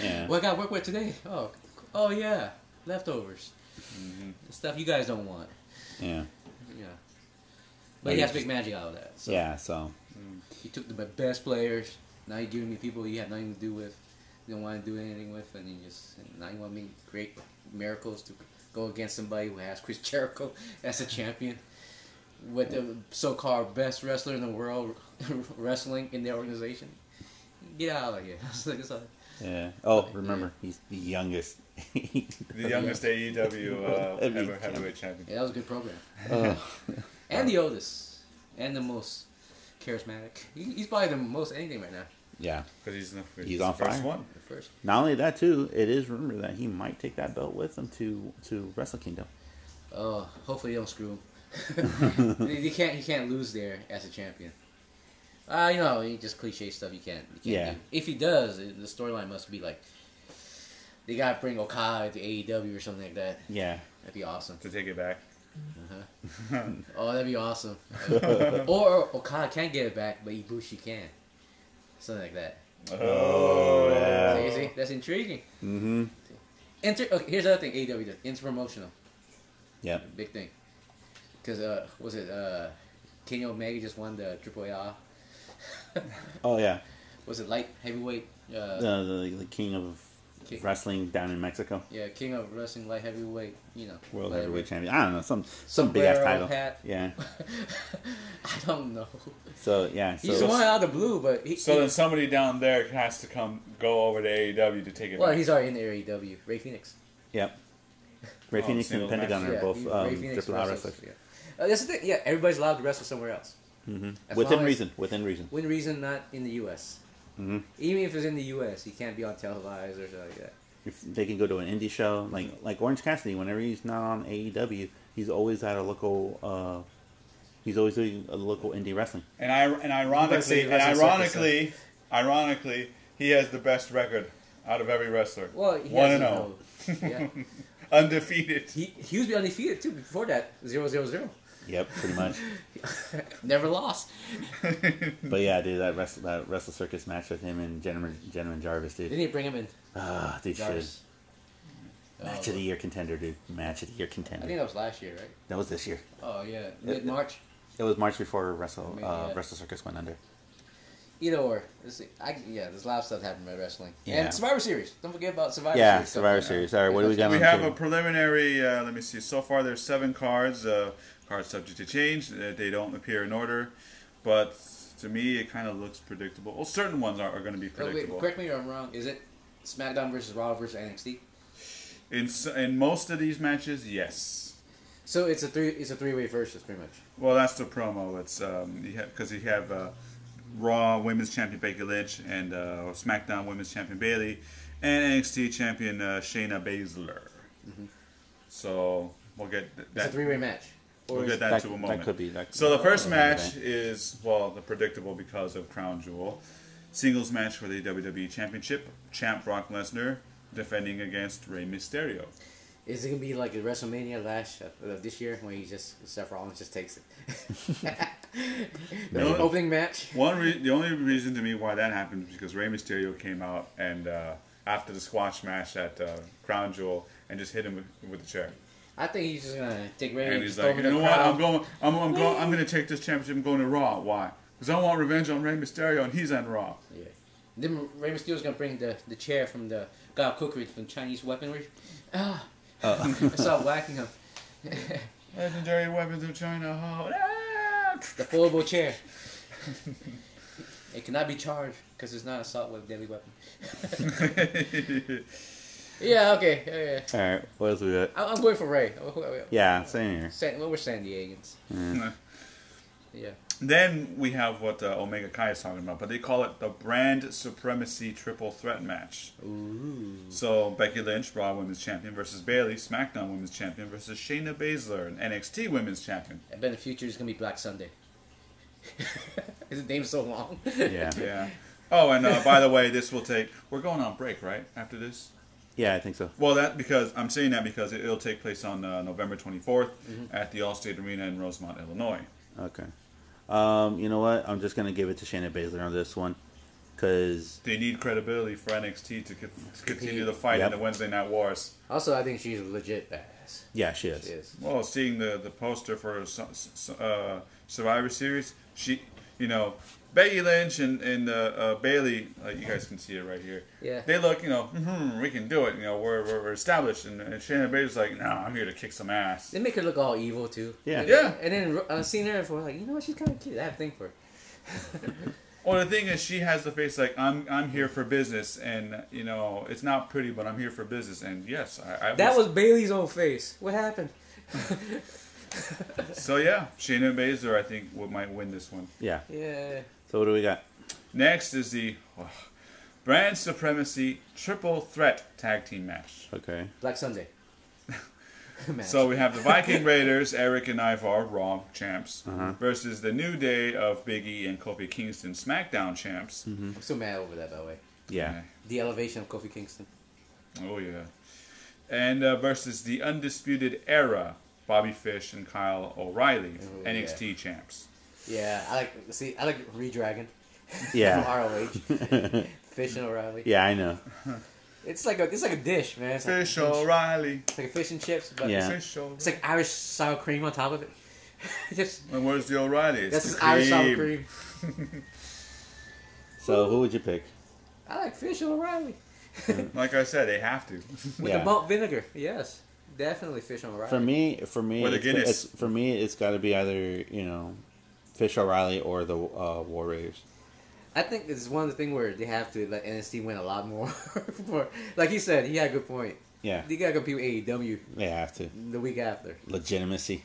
Yeah.
what I got to work with today? Oh, oh yeah, leftovers,
Mm-hmm.
stuff you guys don't want.
yeah.
Yeah.
Like,
But he has
it's
to make magic out of that. So
yeah. So
You took the be- best players. Now you're giving me people you have nothing to do with, you don't want to do anything with, and you just now you want me to create miracles to go against somebody who has Chris Jericho as a champion, with the so-called best wrestler in the world wrestling in their organization. Get out of here! It's like- it's like-
yeah. Oh, remember, he's the youngest.
The youngest AEW uh,
Heavy
ever
champ.
heavyweight champion.
yeah, that was a good program.
Ugh.
And the oldest, and the most charismatic. He- He's probably the most anything right now.
yeah.
Because he's, the, he's,
on
the first
fire.
one.
The first.
Not only that, too, it is rumored that he might take that belt with him to to Wrestle Kingdom.
Oh, hopefully they don't screw him. he can't. He can't lose there as a champion. Uh, you know, he just cliche stuff. You can't. You can't
Yeah.
do. If he does, the storyline must be like they got to bring Okada to AEW or something like that.
Yeah.
That'd be awesome.
To take it back.
Oh, that'd be awesome. or, or Okada can get it back, but Ibushi can. Something like that.
Oh,
So you see, that's intriguing.
Mm-hmm.
Inter- okay, here's the other thing AEW does. Interpromotional.
Yep.
Big thing. Because, uh, was it, uh, Kenny Omega just won the Triple A
Oh yeah.
was it light heavyweight? Uh,
The, the the king of
King.
wrestling down in Mexico,
yeah, king of wrestling light heavyweight. You know,
world
whatever.
heavyweight champion. I don't know some some big ass
Sombrero
title.
hat.
Yeah.
I don't know.
So yeah.
He's
So
one out of the blue, but he,
So
he-
then somebody down there has to come go over to AEW to take it
well,
back.
he's already in the AEW. Ray Phoenix.
yep. Ray
Oh,
Phoenix and
single match.
Pentagon
They're
yeah,
are both
he-
um,
Ray Phoenix
triple R
wrestles,
wrestlers
Yeah. Uh, that's the thing. Yeah, everybody's allowed to wrestle somewhere else. As
within
long as-
Mm-hmm. reason. Within reason.
Win reason not in the U.S.
Mhm.
Even if it's in the U.S., he can't be on televised or something like that.
If they can go to an indie show, like like Orange Cassidy, whenever he's not on AEW, he's always at a local. Uh, he's always doing a local indie wrestling.
and I and
Wrestling-
ironically and
wrestling
ironically, ironically, he has the best record out of every wrestler.
Well, he
one
has
and oh.
to
zero,
know. Yeah,
undefeated.
he he was undefeated too before that. Zero zero zero.
Yep, pretty much.
Never lost.
but yeah, dude, that wrestle that wrestle circus match with him and Gentleman Gentleman Jarvis, dude.
Didn't he bring him in?
Ah, dude, shit.
Jarvis.
Match
Oh,
of the year contender, dude. Match of the year
I think
contender.
that was last year, right?
That was this year.
Oh yeah, mid March.
It was March before Wrestle
Maybe,
uh,
yeah.
Wrestle Circus went under.
Either or. This, I, yeah, there's a lot of stuff happening by wrestling.
Yeah.
And Survivor Series. Don't forget about Survivor
Yeah,
Series.
Survivor Series. All right, what do we got?
We
on
have
the
a
table?
preliminary. Uh, let me see. So far, there's seven cards. Uh, cards subject to change. Uh, they don't appear in order, but to me, it kind of looks predictable. Well, certain ones are, are going to be
Wait,
predictable.
correct me if I'm wrong. Is it SmackDown versus Raw versus NXT?
In s- in most of these matches, yes.
So it's a three. It's a three-way versus, pretty much.
Well, that's the promo. That's um, you have because you have uh, Raw Women's Champion Becky Lynch and uh, SmackDown Women's Champion Bailey and NXT Champion uh, Shayna Baszler. So we'll get th-
Mm-hmm. It's a
that.
three-way match. Or
We'll
is
get that,
That-
to a
that
moment.
could be- that could
so the
be.
first
Okay.
match is well, the predictable because of Crown Jewel singles match for the WWE Championship. Champ Brock Lesnar defending against Rey Mysterio.
is it gonna be like the WrestleMania last of of this year when he just Seth Rollins just takes it? the
Maybe.
opening match.
One re- the only reason to me why that happened is because Rey Mysterio came out and uh, after the squash match at uh, Crown Jewel and just hit him with, with the chair.
I think he's just gonna take Ray
And
and
he's
just
like,
over
you
the
know what?
crowd.
I'm going. I'm, I'm going. I'm going to take this championship. I'm going to Raw. Why? Because I want revenge on Rey Mysterio and he's on Raw.
Yeah. Then Rey Mysterio's gonna bring the, the chair from the god of cookery from Chinese weaponry. Ah, I saw whacking him.
Legendary weapons of China. Hall. Ah!
The foldable chair. it cannot be charged because it's not assault with a deadly weapon. Yeah, okay. Yeah, yeah.
All right, what else we got?
I- I'm going for Ray. I'm- I'm-
Yeah, same here.
San, well, we're San Diegans. Yeah.
Then we have what uh, Omega Kai is talking about, but they call it the brand supremacy triple threat match. So Becky Lynch, Raw Women's Champion, versus Bailey, SmackDown Women's Champion, versus Shayna Baszler, and NXT Women's Champion.
I bet the future is gonna be Black Sunday. Is the name so long?
Yeah,
Yeah. Oh, and uh, by the way, this will take. We're going on break, right? After this.
yeah, I think so.
Well, that because I'm saying that because it, will take place on uh, November 24th
Mm-hmm.
at the Allstate Arena in Rosemont, Illinois.
Okay. Um, you know what? I'm just gonna give it to Shannon Baszler on this one, cause
They need credibility for NXT to, co- to continue the fight
Yep.
in the Wednesday Night Wars.
Also, I think she's legit badass.
yeah, she is.
She is.
Well, seeing the the poster for su- su- uh, Survivor Series, she, you know, Becky Lynch and and uh, uh, Bailey, uh, you guys can see it right here.
Yeah.
They look, you know, hmm we can do it. You know, we're we're, we're established, and, and Shayna Baszler's like, no, I'm here to kick some ass.
They make her look all evil too.
Yeah.
Yeah.
And then uh, seeing her before, like you know what, she's kind of cute. I have a thing for her.
Well, the thing is, she has the face like I'm I'm here for business, and you know, it's not pretty, but I'm here for business. And yes, I, I
That was Bailey's own face. What happened?
so yeah. Shayna Baszler, I think, would, might win this one.
Yeah.
Yeah.
So what do we got?
Next is the oh, brand supremacy triple threat tag team match.
Okay.
Black Sunday. Man.
So we have the Viking Raiders, Eric and Ivar, Raw champs,
Uh-huh.
versus the New Day of Big E and Kofi Kingston, SmackDown champs.
I'm so mad over that, by the way.
Yeah.
The elevation of Kofi Kingston.
Oh yeah, and uh, versus the Undisputed Era, Bobby Fish and Kyle O'Reilly,
Oh,
NXT champs.
Yeah, I like. See, I like Redragon
Yeah.
from ROH. Fish and O'Reilly.
yeah, I know.
It's like a it's like a dish, man. It's like,
Fish uh, O'Reilly,
it's like a fish and chips, but
Yeah.
Fish O'Reilly.
it's like Irish sour cream on top of it. Just
and where's the O'Reilly? It's
that's
the
just Irish sour
cream.
cream.
So who would you pick?
I like fish and O'Reilly
Like I said, they have to.
with the
yeah.
malt vinegar. Yes, definitely fish and O'Reilly.
For me, for me,
Or the
it's,
Guinness.
it's- for me, it's got to be either you know, Fish O'Reilly or the uh, War Raiders.
I think it's one of the things where they have to let NXT win a lot more. for, like he said, he had a good point.
Yeah,
You gotta compete with AEW
they have to
the week after.
legitimacy.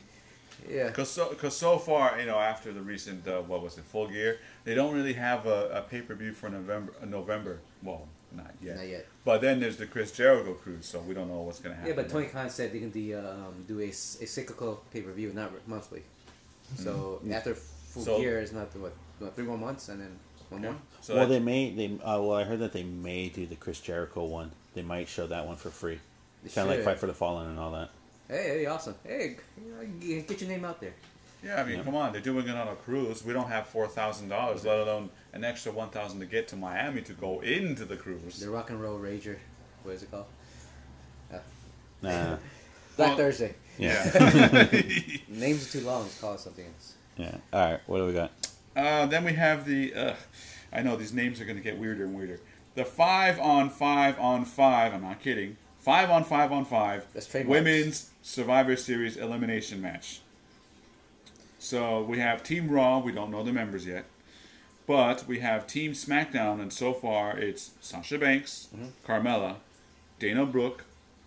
Yeah.
Because so, 'cause so far, you know, after the recent, uh, what was it, Full Gear, they don't really have a, a pay per view for November. uh, November, well, not yet.
Not yet.
But then there's the Chris Jericho cruise, so we don't know what's gonna happen.
Yeah, but Tony
there.
Khan said they can do, um, do a, s- a cyclical pay per view, not re- monthly. So after full
So-
year, it's not the, what, what, three more months and then one
Yeah.
more.
So
well,
that-
they may they uh, well I heard that they may do the Chris Jericho one. They might show that one for free.
They
Kind of like
should.
Fight for the Fallen and all that.
Hey, hey, awesome! Hey, g- get your name out there.
yeah, I mean, come on, they're doing it on a cruise. We don't have four thousand dollars, let alone an extra one thousand to get to Miami to go into the cruise.
The Rock and Roll Rager. What is it called?
Nah.
Black
Well-
Thursday.
yeah,
Names are too long. It's called something else.
yeah. All right, what do we got?
Uh, then we have the. Uh, I know these names are going to get weirder and weirder. The five on five on five. I'm not kidding. Five on five on five.
That's trademarks.
Women's Survivor Series elimination match. So we have Team Raw. We don't know the members yet, but we have Team SmackDown, and so far it's Sasha Banks,
Mm-hmm.
Carmella, Dana Brooke,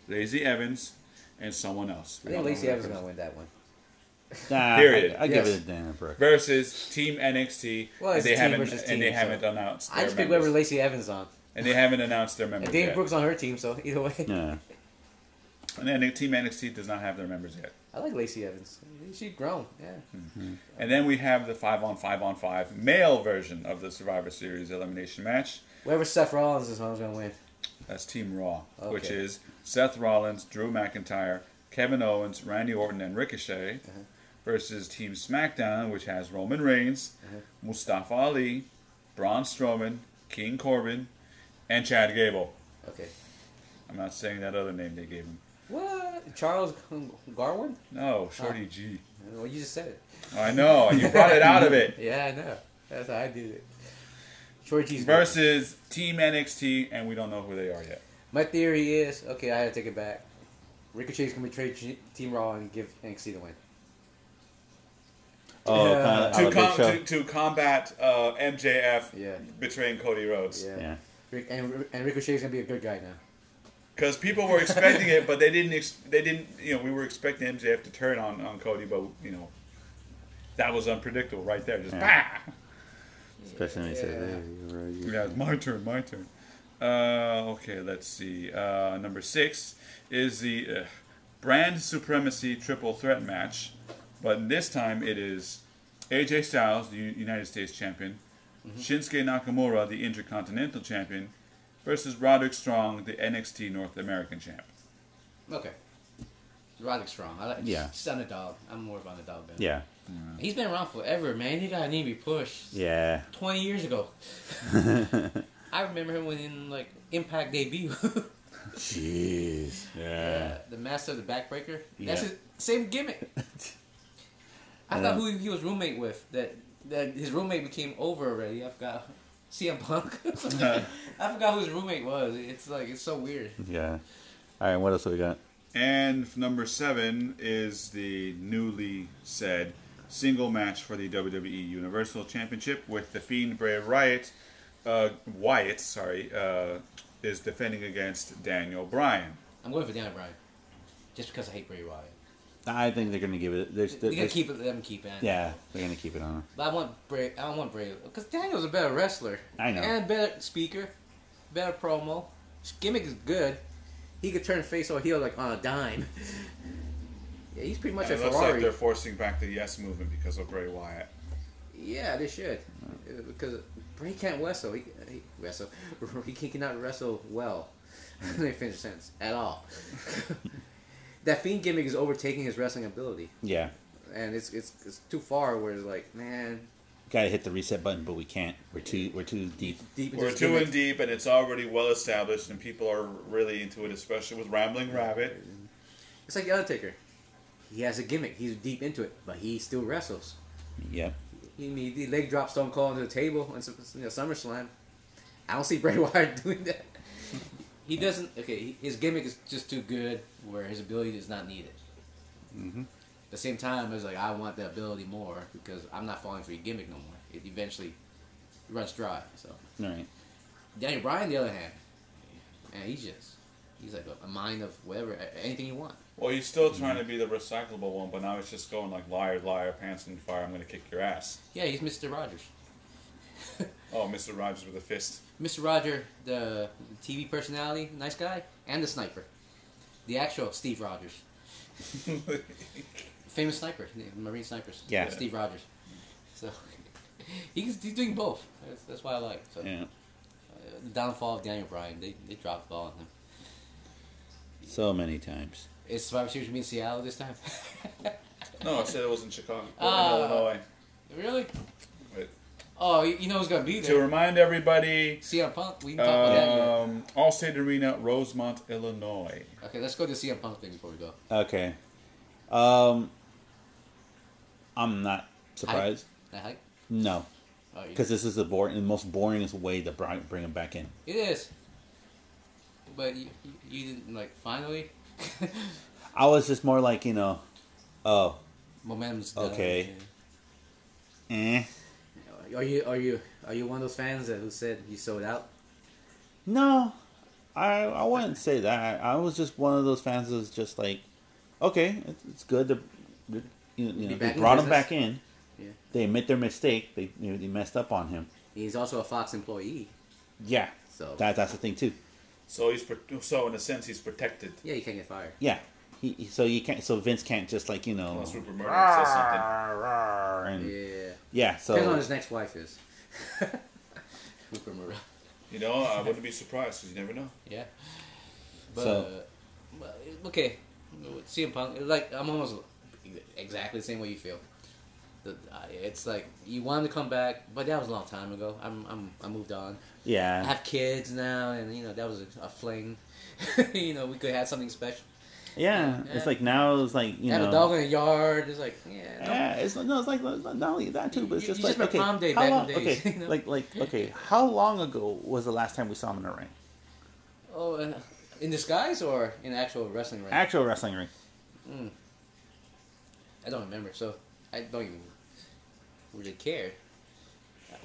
Lacey Evans, and someone else.
I
We
think
don't know
Lacey
who
Evans
that person-
is gonna win that one.
Nah,
Period.
I, I give
Yes.
it a Dan Brooke.
versus Team NXT.
Well,
and
it's
they
team
haven't
versus
and they
team, so-
haven't announced.
I
their
just picked
members.
whatever Lacey Evans on.
and they haven't announced their members
And Dave
yet.
Brooks on her team, so either way.
Yeah,
And then the Team NXT does not have their members yet.
I like Lacey Evans. She's grown. Yeah.
Hmm.
And then we have the five on five on five male version of the Survivor Series elimination match.
Whoever Seth Rollins is on is gonna win.
That's Team Raw,
Okay.
which is Seth Rollins, Drew McIntyre, Kevin Owens, Randy Orton, and Ricochet
Uh-huh.
versus Team SmackDown, which has Roman Reigns,
Uh-huh.
Mustafa Ali, Braun Strowman, King Corbin, and Chad Gable.
Okay.
I'm not saying that other name they gave him.
What? Charles Garwin?
No, Shorty
Oh.
G.
Well, you just said it.
I know you brought it out of it.
Yeah, I know. That's how I did it. Short G's good.
versus Team NXT, and we don't know who they are yet.
My theory is okay. I had to take it back. Ricochet's gonna betray G- Team Raw and give NXT the win.
Oh,
Yeah.
kinda,
To,
to
com-
show.
to, to combat uh, MJF
Yeah.
betraying Cody Rhodes.
Yeah.
yeah,
Rick, and, and Ricochet's gonna be a good guy now.
because people were expecting it, but they didn't. Ex- they didn't. You know, we were expecting MJF to turn on on Cody, but you know, that was unpredictable right there. Just
Yeah.
bah!
Especially when he said,
Yeah.
"Hey, you're right, you're
Yeah, it's my turn. My turn. Uh, okay, let's see. Uh, number six is the uh, brand supremacy triple threat match, but this time it is AJ Styles, the U- United States champion, Shinsuke Nakamura, the Intercontinental champion, versus Roderick Strong, the NXT North American champ.
Okay. Roderick's strong. I like.
Yeah.
He's underdog. I'm more of an underdog. Man.
Yeah.
He's been around forever, man. He got an be push.
Yeah.
20 years ago. I remember him when in like Impact debut.
Jeez. Yeah.
the master of the backbreaker. That's
Yeah. uh,
his same gimmick. I
Yeah.
thought who he was roommate with that that his roommate became over already. I forgot CM Punk. I forgot who his roommate was. It's like it's so weird.
Yeah. All right. What else we got?
And f- number seven is the newly said single match for the WWE Universal Championship with the Fiend Bray Riot. Uh, Wyatt, sorry, uh, is defending against Daniel Bryan.
I'm going for Daniel Bryan, just because I hate Bray Wyatt.
I think they're gonna give it. There's,
They're gonna
there's-
keep it. Let him keep it.
Yeah, they're gonna keep it on.
But I want Bray. I don't want Bray because Daniel's a better wrestler.
I know.
And better speaker, better promo. His gimmick is good. He could turn face or heel like on a dime. yeah, he's pretty much
And
a
it looks like
Ferrari.
they're forcing back the Yes movement because of Bray Wyatt.
yeah, they should Uh, because Bray can't wrestle. He, he wrestle. he, can- cannot wrestle well. Doesn't make finish sense at all. that fiend gimmick is overtaking his wrestling ability,
Yeah,
and it's it's, it's too far. Where it's like, man,
gotta hit the reset button, but we can't. We're too we're too deep.
deep. into
We're
his
two
gimmick.
and deep, and it's already well established, and people are really into it, especially with Rambling Rabbit.
It's like The Undertaker. He has a gimmick. He's deep into it, but he still wrestles.
Yep.
He, he, he leg drops Stone Cold into the table in Sum- you know, SummerSlam. I don't see Bray Wyatt doing that. He doesn't. Okay, he- his gimmick is just too good, where his ability is not needed. Mm-hmm. At the same time, it's like I want the ability more because I'm not falling for your gimmick no more. It eventually runs dry. So
All right.
Daniel Bryan, on the other hand, man, he's just he's like a mind of whatever, a- anything you want.
Well, he's still trying to be the recyclable one, but now it's just going like liar, liar, pants on fire. I'm going to kick your ass.
Yeah, he's Mister Rogers.
Oh, Mr. Rogers with a fist.
Mr. Roger, the TV personality, nice guy, and the sniper. The actual Steve Rogers. Famous sniper, Marine snipers.
Yeah.
Steve Rogers. So he's, he's doing both. That's, that's why I like. So,
Yeah.
uh, the downfall of Daniel Bryan, they, they dropped the ball on him.
So many times.
Is Survivor Series going to be in Seattle this time?
No, I said it was in Chicago,
Ah.
in Illinois.
really?
Wait.
Oh, you, you know who's going to be
To
there?
remind everybody,
CM Punk. We can talk about that. later.
um, Allstate Arena, Rosemont, Illinois.
Okay, let's go to CM Punk thing before we go.
Okay. Um, I'm not surprised.
That hype?
No,
Oh, you-
because this is the boring, the most boringest way to bri- bring him back in.
It is. But you, you- you didn't like finally.
I was just more like you know, oh,
Momentum's done.
Okay. eh.
Are you are you are you one of those fans that who said you sold out?
No, I I wouldn't say that. I was just one of those fans that was just like, okay, it's, it's good. They're, they're- you know, you know,
back
they
in
brought him
business.
back in.
Yeah.
They admit their mistake. They you know, they messed up on him.
He's also a Fox employee,
Yeah.
so
That that's the thing too.
So he's pro- so in a sense he's protected.
yeah, you can't get fired.
Yeah. He, he- so you can't. So Vince can't just like you know.
Unless Rupert Murdoch says something.
"Rawr," and- yeah.
Yeah, depends on
Hmm. So
his next wife is. Rupert Murdoch.
You know, I wouldn't be surprised because you never know.
Yeah. But,
So-
but okay, with CM Punk, it's like I'm almost exactly the same way you feel. The- I- It's like you want him to come back, but that was a long time ago. I'm, I'm I moved on. I
yeah,
have kids now, and you know that was a, a fling. you know we could have something special.
yeah. It's like now it's like you
have
know.
a dog in the yard. It's like yeah, no,
Yeah, it's no, it's like not not only that too, but it's
You-
just
you
like
just met
okay,
Palm Day
how
back in
long,
the days,
okay,
you know?
like like okay, how long ago was the last time we saw him in a ring?
oh, uh, in disguise or in actual wrestling ring.
Actual wrestling ring.
I don't remember, so I don't even really care.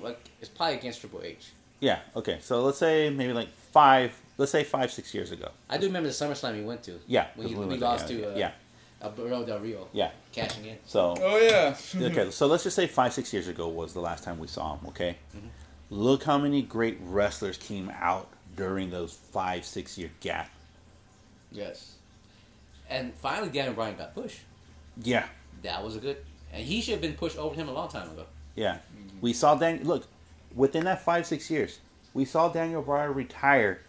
Like it's probably against Triple H.
Yeah. Okay. So let's say maybe like five let's say five six years ago.
I do remember the SummerSlam we went to.
Yeah,
we, we,
because we went to-
lost
yeah,
to uh,
yeah.
Alberto Del Rio.
Yeah.
cashing in.
So
Oh yeah.
Mm-hmm.
okay, so let's just say five, six years ago was the last time we saw him. Okay,
Mm-hmm.
look how many great wrestlers came out during those five, six year gap.
Yes, and finally Daniel Bryan got pushed.
Yeah,
That was a good, and he should have been pushed over him a long time ago.
yeah.
Mm-hmm.
We saw Dan. Look, within that five, six years, we saw Daniel Bryan retire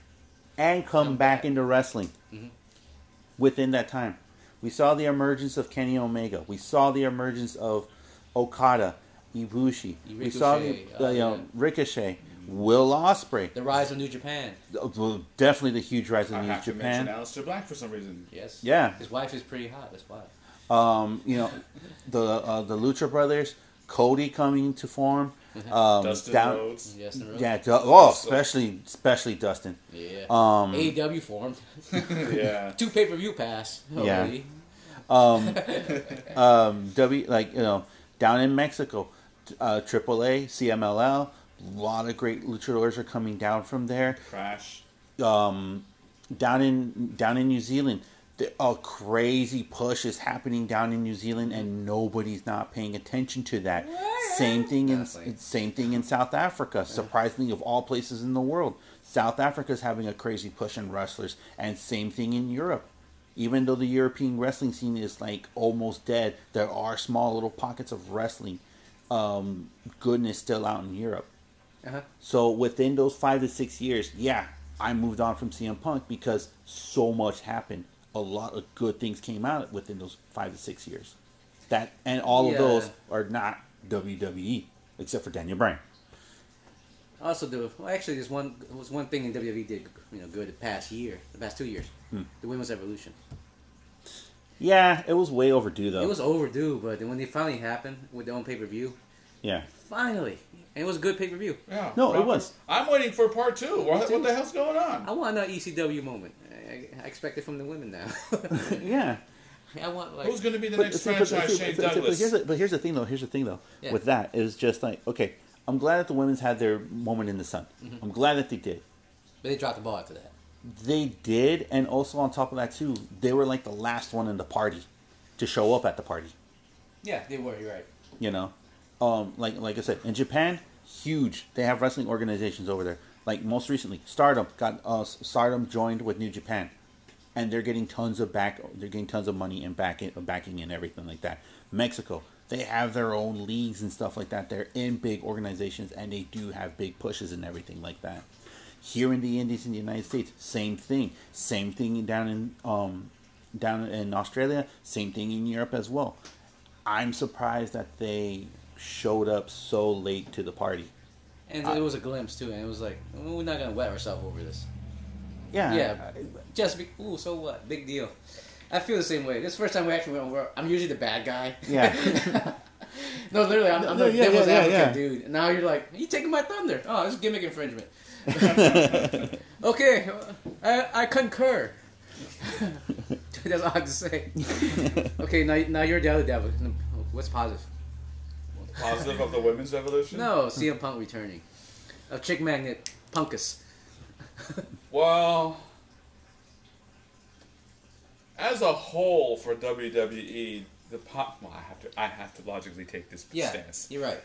and come
Come
back
back. Mm-hmm.
into wrestling. Within that time, we saw the emergence of Kenny Omega. We saw the emergence of Okada, Ibushi. we saw the,
Ricochet,
the
uh,
you know,
yeah. Mm-hmm.
Ricochet, Will Osprey.
The rise of New Japan.
Uh, Well, definitely the huge rise
I
in New
have to mention
Japan.
Aleister Black for some reason.
Yes.
Yeah.
His wife is pretty hot. That's why.
Um, you know, the uh, the Lucha Brothers, Cody coming to form. Um,
Dustin
down-
Rhodes.
Yes. in a row.
Yeah. Du- oh, especially especially Dustin.
Yeah.
Um,
AEW formed
yeah.
two pay per view pass.
Yeah.
already.
Mm-hmm.
Um, w like you know down in Mexico, t- uh, AAA, CMLL. A lot of great luchadors are coming down from there.
Crash.
down in down in New Zealand, the, a crazy push is happening down in New Zealand, and nobody's not paying attention to that. Same thing in
Definitely.
same thing in South Africa. Surprisingly, of all places in the world, South Africa's having a crazy push in wrestlers, and same thing in Europe. Even though the European wrestling scene is like almost dead, there are small little pockets of wrestling um, goodness still out in Europe.
Uh-huh.
So within those five to six years, yeah, I moved on from CM Punk because so much happened. A lot of good things came out within those five to six years. That and all
Yeah.
of those are not WWE except for Daniel Bryan.
Also, the well, actually, there's one there was one thing in WWE did you know good the past year, the past two years,
Hmm.
the Women's Revolution.
Yeah, it was way overdue though.
It was overdue, but then when it finally happened with their own pay per view,
yeah,
finally, and it was a good pay per view.
Yeah.
No, it was.
I'm waiting for part two. What, what the hell's going on?
I want an ECW moment. I, I expect it from the women now.
yeah.
I want like
Who's going to be the
But,
next
see, but-
franchise?
see, but-
Shane
see, but
Douglas.
here's the, but here's the thing though. Here's the thing though.
Yeah.
With that, it was just like okay, I'm glad that the women's had their moment in the sun.
Mm-hmm.
I'm glad that they did.
but they dropped the ball after that.
They did, and also on top of that too, they were like the last one in the party to show up at the party.
Yeah, they were. You're right.
You know, um, like like I said, in Japan, huge. They have wrestling organizations over there. Like most recently, Stardom got uh, Stardom joined with New Japan, and they're getting tons of back. They're getting tons of money and back in, backing and everything like that. Mexico, they have their own leagues and stuff like that. They're in big organizations and they do have big pushes and everything like that. Here in the Indies in the United States, same thing. Same thing down in um, down in Australia. Same thing in Europe as well. I'm surprised that they showed up so late to the party.
And it was a glimpse too, and it was like we're not gonna wet ourselves over this.
Yeah,
Yeah, just be, ooh, so what? Big deal. I feel the same way. This is the first time we actually went over. I'm usually the bad guy.
Yeah.
no, literally, I'm, I'm
No,
the
yeah,
devil's
yeah, yeah,
advocate,
yeah.
dude. And now you're like, you taking my thunder? Oh, this is gimmick infringement. okay, uh, I, I concur. That's all I have to say. okay, now now you're the other devil. What's positive?
Positive of the women's revolution.
No, CM Punk returning. A chick magnet, Punkus.
Well, as a whole for WWE, the pop. Well, I have to. I have to logically take this stance.
you're right.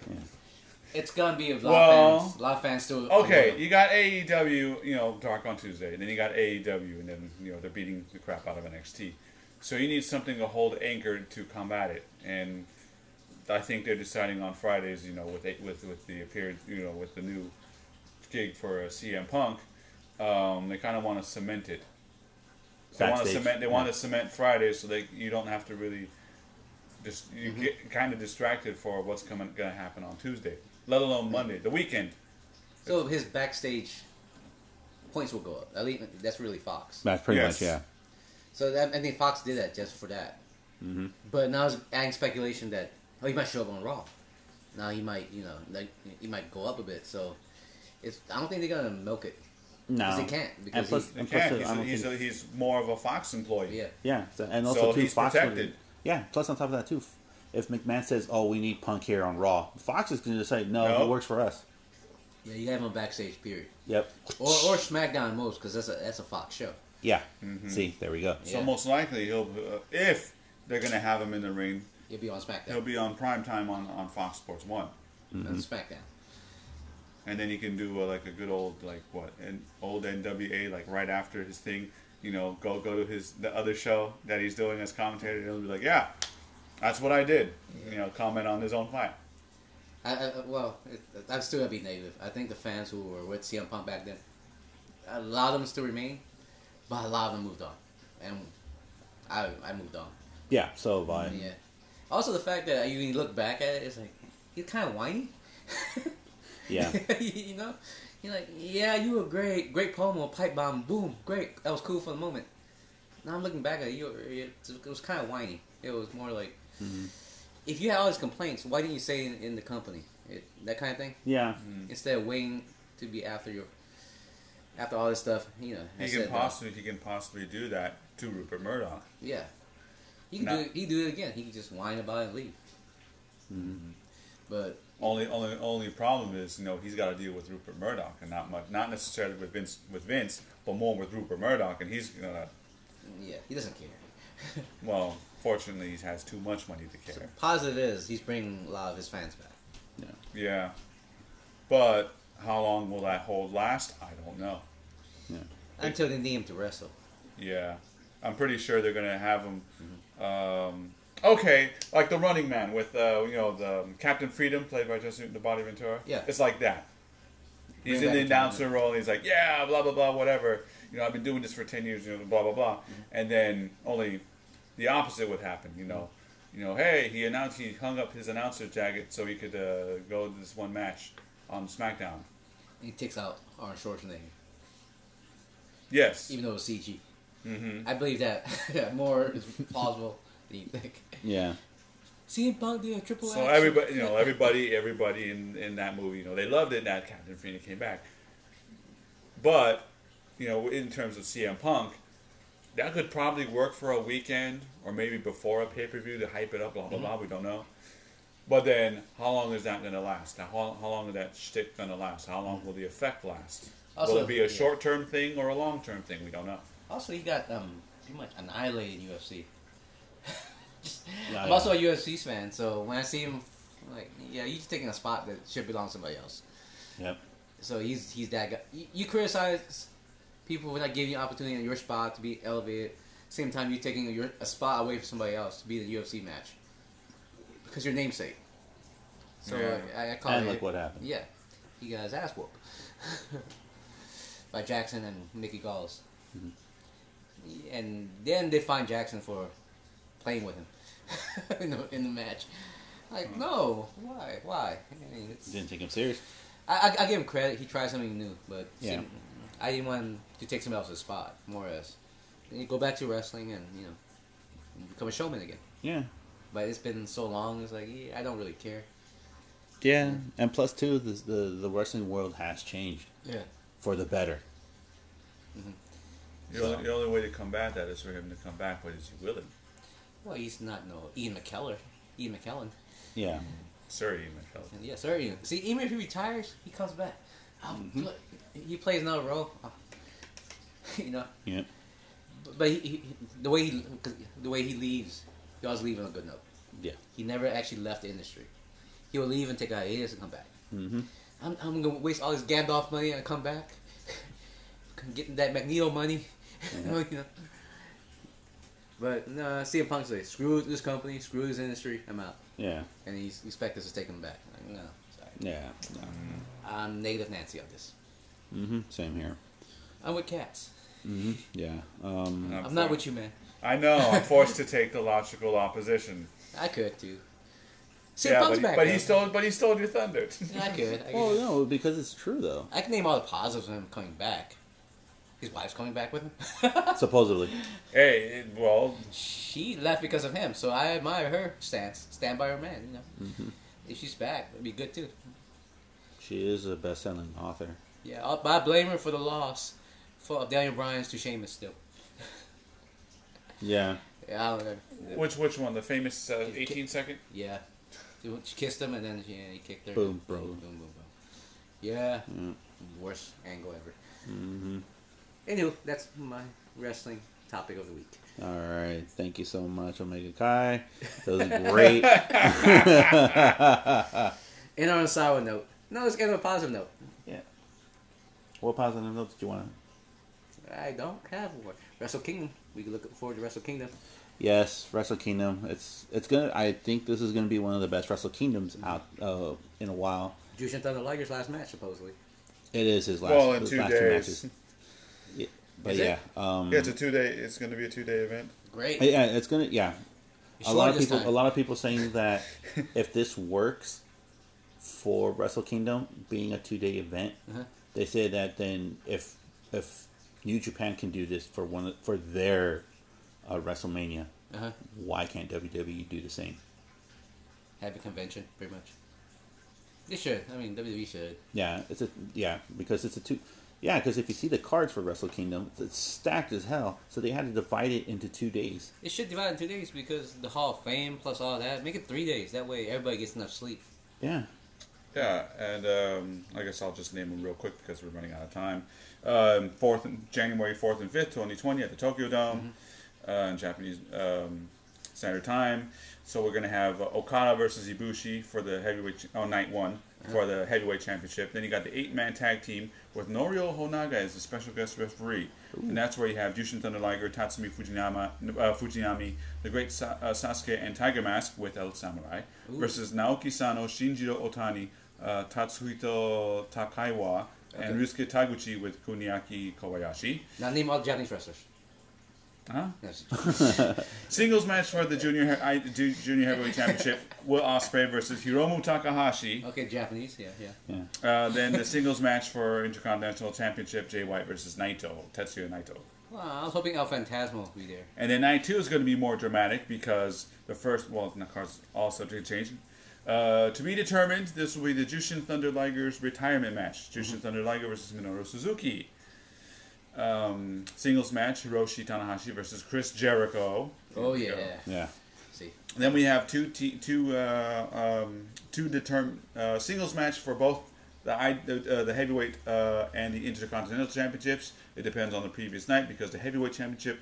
It's gonna be a lot
Well-
of fans. A lot of fans still.
Okay, you got AEW, you know, Dark on Tuesday, and then you got AEW, and then you know they're beating the crap out of NXT. So you need something to hold anchored to combat it, and I think they're deciding on Fridays, you know, with a- with with the appearance, you know, with the new gig for uh, CM Punk. Um, they kind of want to cement it. They want to
Backstage,
cement. They want
yeah.
to cement Fridays, so they you don't have to really just you
Mm-hmm.
get kind of distracted for what's coming going to happen on Tuesday, let alone Monday, the weekend.
So his backstage points will go up. At least that's really Fox.
that's pretty
Yes.
much yeah.
So that, I think Fox did that just for that. Mm-hmm. But now it's adding speculation that oh he might show up on Raw. Now he might you know like he might go up a bit. So it's I don't think they're gonna milk it.
No,
'Cause they can't,
and
because
plus,
he-
They
and plus
can't.
uh, I don't
He's, he's,
think-
a, he's more of a Fox employee.
Yeah.
yeah, so- and also
So
too,
he's
Fox
protected.
would- yeah, plus on top of that too, f- if McMahon says, "Oh, we need Punk here on Raw," Fox is going to say, "No,
No.
it works for us."
Yeah, you have him backstage, period.
Yep.
Or or SmackDown most, because that's a that's a Fox show.
Yeah.
Mm-hmm.
See, there we go.
So
Yeah.
most likely he'll uh, if they're gonna have him in the ring,
You'll be on SmackDown.
he'll be on prime time on, on Fox Sports One,
On SmackDown.
and then he can do uh, like a good old like what an old NWA like right after his thing. You know, go go to his the other show that he's doing as commentator. And he'll be like, yeah, that's what I did. You know, comment on his own fight.
I, I, well, it, I'm still gonna be negative. I think the fans who were with CM Punk back then, a lot of them still remain, but a lot of them moved on, and I I moved on.
Yeah. So have I.
Yeah. Also, the fact that you when you look back at it, it's like you're kind of whiny.
Yeah.
you know, you're like, yeah, you were great, great promo, pipe bomb, boom, great. That was cool for the moment. Now I'm looking back at it, you, it, it was kind of whiny. It was more like, if you had all these complaints, why didn't you say in, in the company? It, that kind of thing.
Yeah.
Mm-hmm.
Instead of waiting to be after your, after all this stuff, you know. I
He
said
can
that.
possibly he can possibly do that to Rupert Murdoch.
Yeah. He can
Nah.
do it, he can do it again. He can just whine about it and leave.
Mm-hmm.
But
Only, only, only problem is, you know, he's got to deal with Rupert Murdoch, and not much, not necessarily with Vince, with Vince, but more with Rupert Murdoch, and he's, you know,
yeah, he doesn't care.
well, fortunately, he has too much money to care.
Positive is he's bringing a lot of his fans back.
Yeah, but how long will that hold last? I don't know.
Yeah.
Until they need him to wrestle.
Yeah, I'm pretty sure they're gonna have him.
Mm-hmm.
Um, okay, like the Running Man with, uh, you know, the um, Captain Freedom played by Justin the Body Ventura.
Yeah.
it's like that. He's in
Bring
the
back the time,
announcer role. And he's like, yeah, blah blah blah, whatever. You know, I've been doing this for ten years. You know, blah blah blah.
Mm-hmm.
And then only the opposite would happen. You know, you know, hey, he announced he hung up his announcer jacket so he could uh, go to this one match on SmackDown.
He takes out Arnold Schwarzenegger,
Yes,
even though it's CG. Mm-hmm. I believe that more is plausible than you think.
Yeah.
CM Punk did a triple.
So
action.
everybody, you know, everybody, everybody in, in that movie, you know, they loved it that Captain Freedom came back. But, you know, in terms of CM Punk, that could probably work for a weekend or maybe before a pay per view to hype it up. Blah blah blah. We don't know. But then, how long is that going to last? Now, how, how long is that shtick going to last? How long will the effect last? will
Also,
it be a
yeah.
short term thing or a long term thing? We don't know.
Also, he got um pretty much annihilated in UFC.
Yeah,
I'm
yeah.
also a UFC fan, so when I see him, I'm like, yeah, he's taking a spot that should belong to somebody else.
Yep.
So he's he's that guy. You, you criticize people for not giving you opportunity in your spot to be elevated. Same time, you're taking your a spot away from somebody else to be in a UFC match because your namesake. So
Yeah.
I, I call
And
it.
look what happened.
Yeah, he got his ass whooped by Jackson and Mickey Gauls.
Mm-hmm.
And then they find Jackson for playing with him in, the, in the match. Like, no, why, why? I mean, it's,
Didn't take him serious.
I, I, I give him credit. He tried something new, but
Yeah.
see, I didn't want him to take somebody else's spot, more or less. Then you go back to wrestling and, you know, become a showman again.
Yeah.
But it's been so long, it's like, yeah, I don't really care.
Yeah. And plus two, the, the the wrestling world has changed
Yeah.
for the better.
The, only, the only way to combat that is for him to come back, but is he willing?
Well, he's not no Ian McKellar. Ian McKellen.
Yeah.
Mm-hmm.
Sorry, Michelle.
Yeah, sir. Ian. See, even if he retires, he comes back. Um, look, he plays another role. Uh, you know,
Yep.
but, but he, he, the way he the way he leaves, he always leaves on a good note.
Yeah.
He never actually left the industry. He will leave and take out years and come back.
Mhm.
I'm, I'm gonna waste all this Gandalf money and come back. Getting that Magneto money. you know. But no, CM Punk's like, screw this company, screw this industry, I'm out.
Yeah.
And he's expect us to take him back. Like, no, sorry.
Yeah. No.
I'm negative Nancy on this.
Mm-hmm. Same here.
I'm with cats.
Yeah. Um,
I'm not with you, man.
I know. I'm forced to take the logical opposition.
I could too. CM
yeah,
Punk's
but,
back.
but Oh,
though.
he stole. But he stole your thunder.
I could. I could.
well, no, because it's true though.
I can name all the positives of him coming back. His wife's coming back with him.
Supposedly.
hey, it- well,
she left because of him, so I admire her stance. Stand by her man, you know.
Mm-hmm.
If she's back, it'd be good too.
She is a best-selling author.
Yeah, I'll- but I blame her for the loss for Daniel Bryan's to Sheamus still.
Yeah.
Yeah, I don't know.
which which one? The famous uh,
Ki-
18 second.
yeah. She she kissed him and then she, he kicked her.
Boom, Mm. bro.
boom, boom, boom. Yeah. Worst angle ever.
Mm-hmm.
Anyway, that's my wrestling topic of the week.
All right. Thank you so much, Omega Kai. That was great.
And on a sour note. No, let's get on a positive note.
yeah. What positive note did you want?
I don't have one. Wrestle Kingdom. We can look forward to Wrestle Kingdom.
Yes, Wrestle Kingdom. It's it's gonna. I think this is gonna be one of the best Wrestle Kingdoms out uh, in a while.
Jushin Thunder Liger's last match, supposedly.
It is his last.
Well, in
his
two
last
days.
Yeah, but
Is
yeah,
it?
um,
Yeah, it's a two day. It's going to be a two day event.
Great.
Uh, yeah, it's gonna. Yeah,
It's
a lot of
short this
people.
time.
A lot of people saying that if this works for Wrestle Kingdom being a two day event,
Uh-huh.
they say that then if if New Japan can do this for one for their uh, WrestleMania,
Uh-huh.
why can't WWE do the same?
Have a convention, pretty much. They should. I mean, WWE should.
Yeah, it's a yeah because it's a two. Yeah, because if you see the cards for Wrestle Kingdom, it's stacked as hell. So they had to divide it into two days.
They should divide it in two days because the Hall of Fame plus all that. Make it three days. That way everybody gets enough sleep.
Yeah,
Yeah, and um, I guess I'll just name them real quick because we're running out of time. Um, fourth and- January fourth and fifth, twenty twenty, at the Tokyo Dome, uh, in Japanese um, Standard Time. So we're gonna have uh, Okada versus Ibushi for the heavyweight ch- oh night one for the heavyweight championship. Then you got the eight man tag team with Norio Honaga as the special guest referee, and that's where you have Jushin Thunder Liger, Tatsumi Fujinama, uh, Fujinami, the Great Sa- uh, Sasuke, and Tiger Mask with El Samurai versus Naoki Sano, Shinjiro Otani, uh, Tatsuhito Takaiwa, and Ryusuke Taguchi with Kuniaki Kobayashi.
Now name all the Japanese wrestlers.
Huh?
That's-
Singles match for the junior he- I, ju- junior heavyweight championship: Will Ospreay versus Hiromu Takahashi.
okay, Japanese. Yeah, yeah.
yeah.
Uh, then the singles match for Intercontinental Championship: Jay White versus Naito, Tetsuya Naito.
Well, I was hoping El Fantasma would be there.
And then night two is going to be more dramatic because the first, well, the cards also to change. Uh, to be determined, this will be the Jushin Thunder Liger's retirement match. Jushin Thunder Liger versus Minoru Suzuki. Um, singles match: Hiroshi Tanahashi versus Chris Jericho.
Oh
There we
yeah.
go.
Yeah.
See.
Then we have two te- two uh, um, two determ- uh, singles match for both the I- the, uh, the heavyweight uh, and the intercontinental championships. It depends on the previous night because the heavyweight championship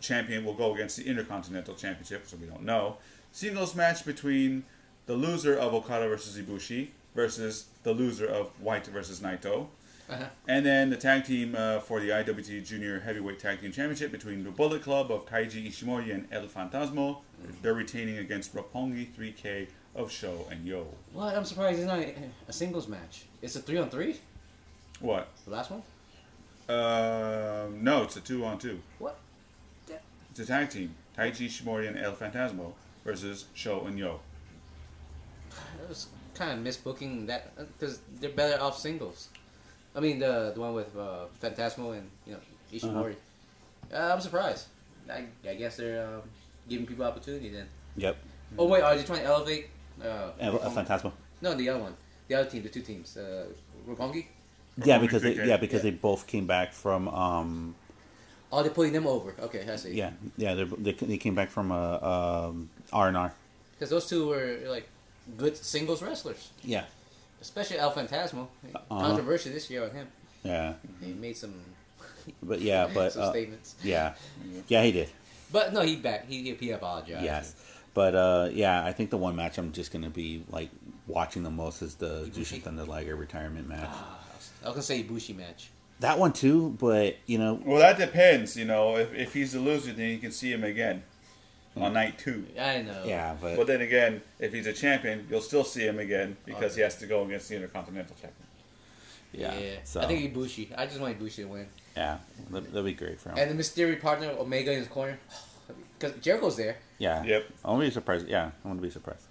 champion will go against the intercontinental championship, so we don't know. Singles match between the loser of Okada versus Ibushi versus the loser of White versus Naito.
Uh-huh.
And then the tag team uh, for the IWT Junior Heavyweight Tag Team Championship between the Bullet Club of Kaiji Ishimori and El Fantasmo. They're retaining against Roppongi 3K of Show and Yo.
What? I'm surprised it's not a, a singles match. It's a three on three.
What?
The last one.
Uh, no, it's a two on two.
What?
It's a tag team. Taiji Ishimori and El Fantasmo versus Show and Yo.
It was kind of misbooking that because they're better off singles. I mean the the one with uh, Fantasmo and you know Ishimori. uh
Uh-huh.
I'm surprised. I, I guess they're um, giving people opportunity then.
Yep.
Oh wait, are they trying to elevate? Uh,
And a Phantasma.
no, the other one, the other team, the two teams, uh, Roppongi.
Yeah,
Roppongi
because they,
3K.
yeah, because
Yeah.
they both came back from um,
Oh, they're putting them over. Okay, I see.
Yeah, yeah, they're, they they came back from uh, um, R and R.
Because those two were like good singles wrestlers,
Yeah,
especially El Fantasmo.
Uh-huh.
Controversy this year on him.
yeah,
He made some,
but Mm-hmm. yeah, but
some
uh,
statements.
yeah, yeah, he did.
But no, he back. He he apologized.
Yes, but uh, yeah, I think the one match I'm just gonna be like watching the most is the Jushin Thunder Liger retirement match.
I was gonna say Ibushi match.
That one too, but you know,
Well, that depends. You know, if, if he's the loser, then you can see him again on night two.
I know.
yeah, but
But then again, if he's a champion, you'll still see him again because he has to go against the Intercontinental Champion.
yeah, so
I think Ibushi. I just want Ibushi to win.
yeah, that, that'd be great for him.
And the mystery partner Omega in his corner. Because Jericho's there.
yeah,
Yep.
I'm gonna be surprised. Yeah, I'm gonna be surprised.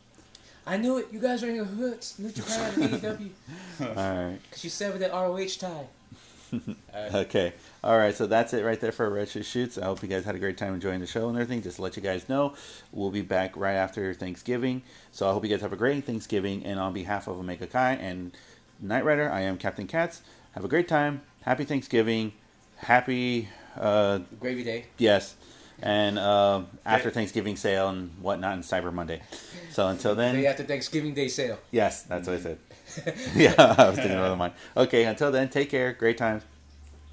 I knew it. You guys are in your hoods. New Japan and AEW.
All right.
Because E you severed that ROH tie.
Okay. All right. So that's it right there for Retro Shoots. I hope you guys had a great time enjoying the show and everything. Just to let you guys know, we'll be back right after Thanksgiving. So I hope you guys have a great Thanksgiving. And on behalf of Omega Kai and Knight Rider, I am Captain Katz. Have a great time. Happy Thanksgiving. Happy, uh,
Gravy Day.
yes. And uh, after
Day-
Thanksgiving sale and whatnot and Cyber Monday. So until
Day
then,
after Thanksgiving Day sale.
yes, that's what I said. yeah, I was thinking another mine. Okay, until then, take care. Great times.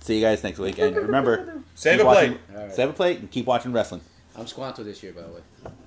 See you guys next week. And remember,
Save
keep
a plate.
watching-
All right.
Save a plate and keep watching wrestling.
I'm Squanto this year, by the way.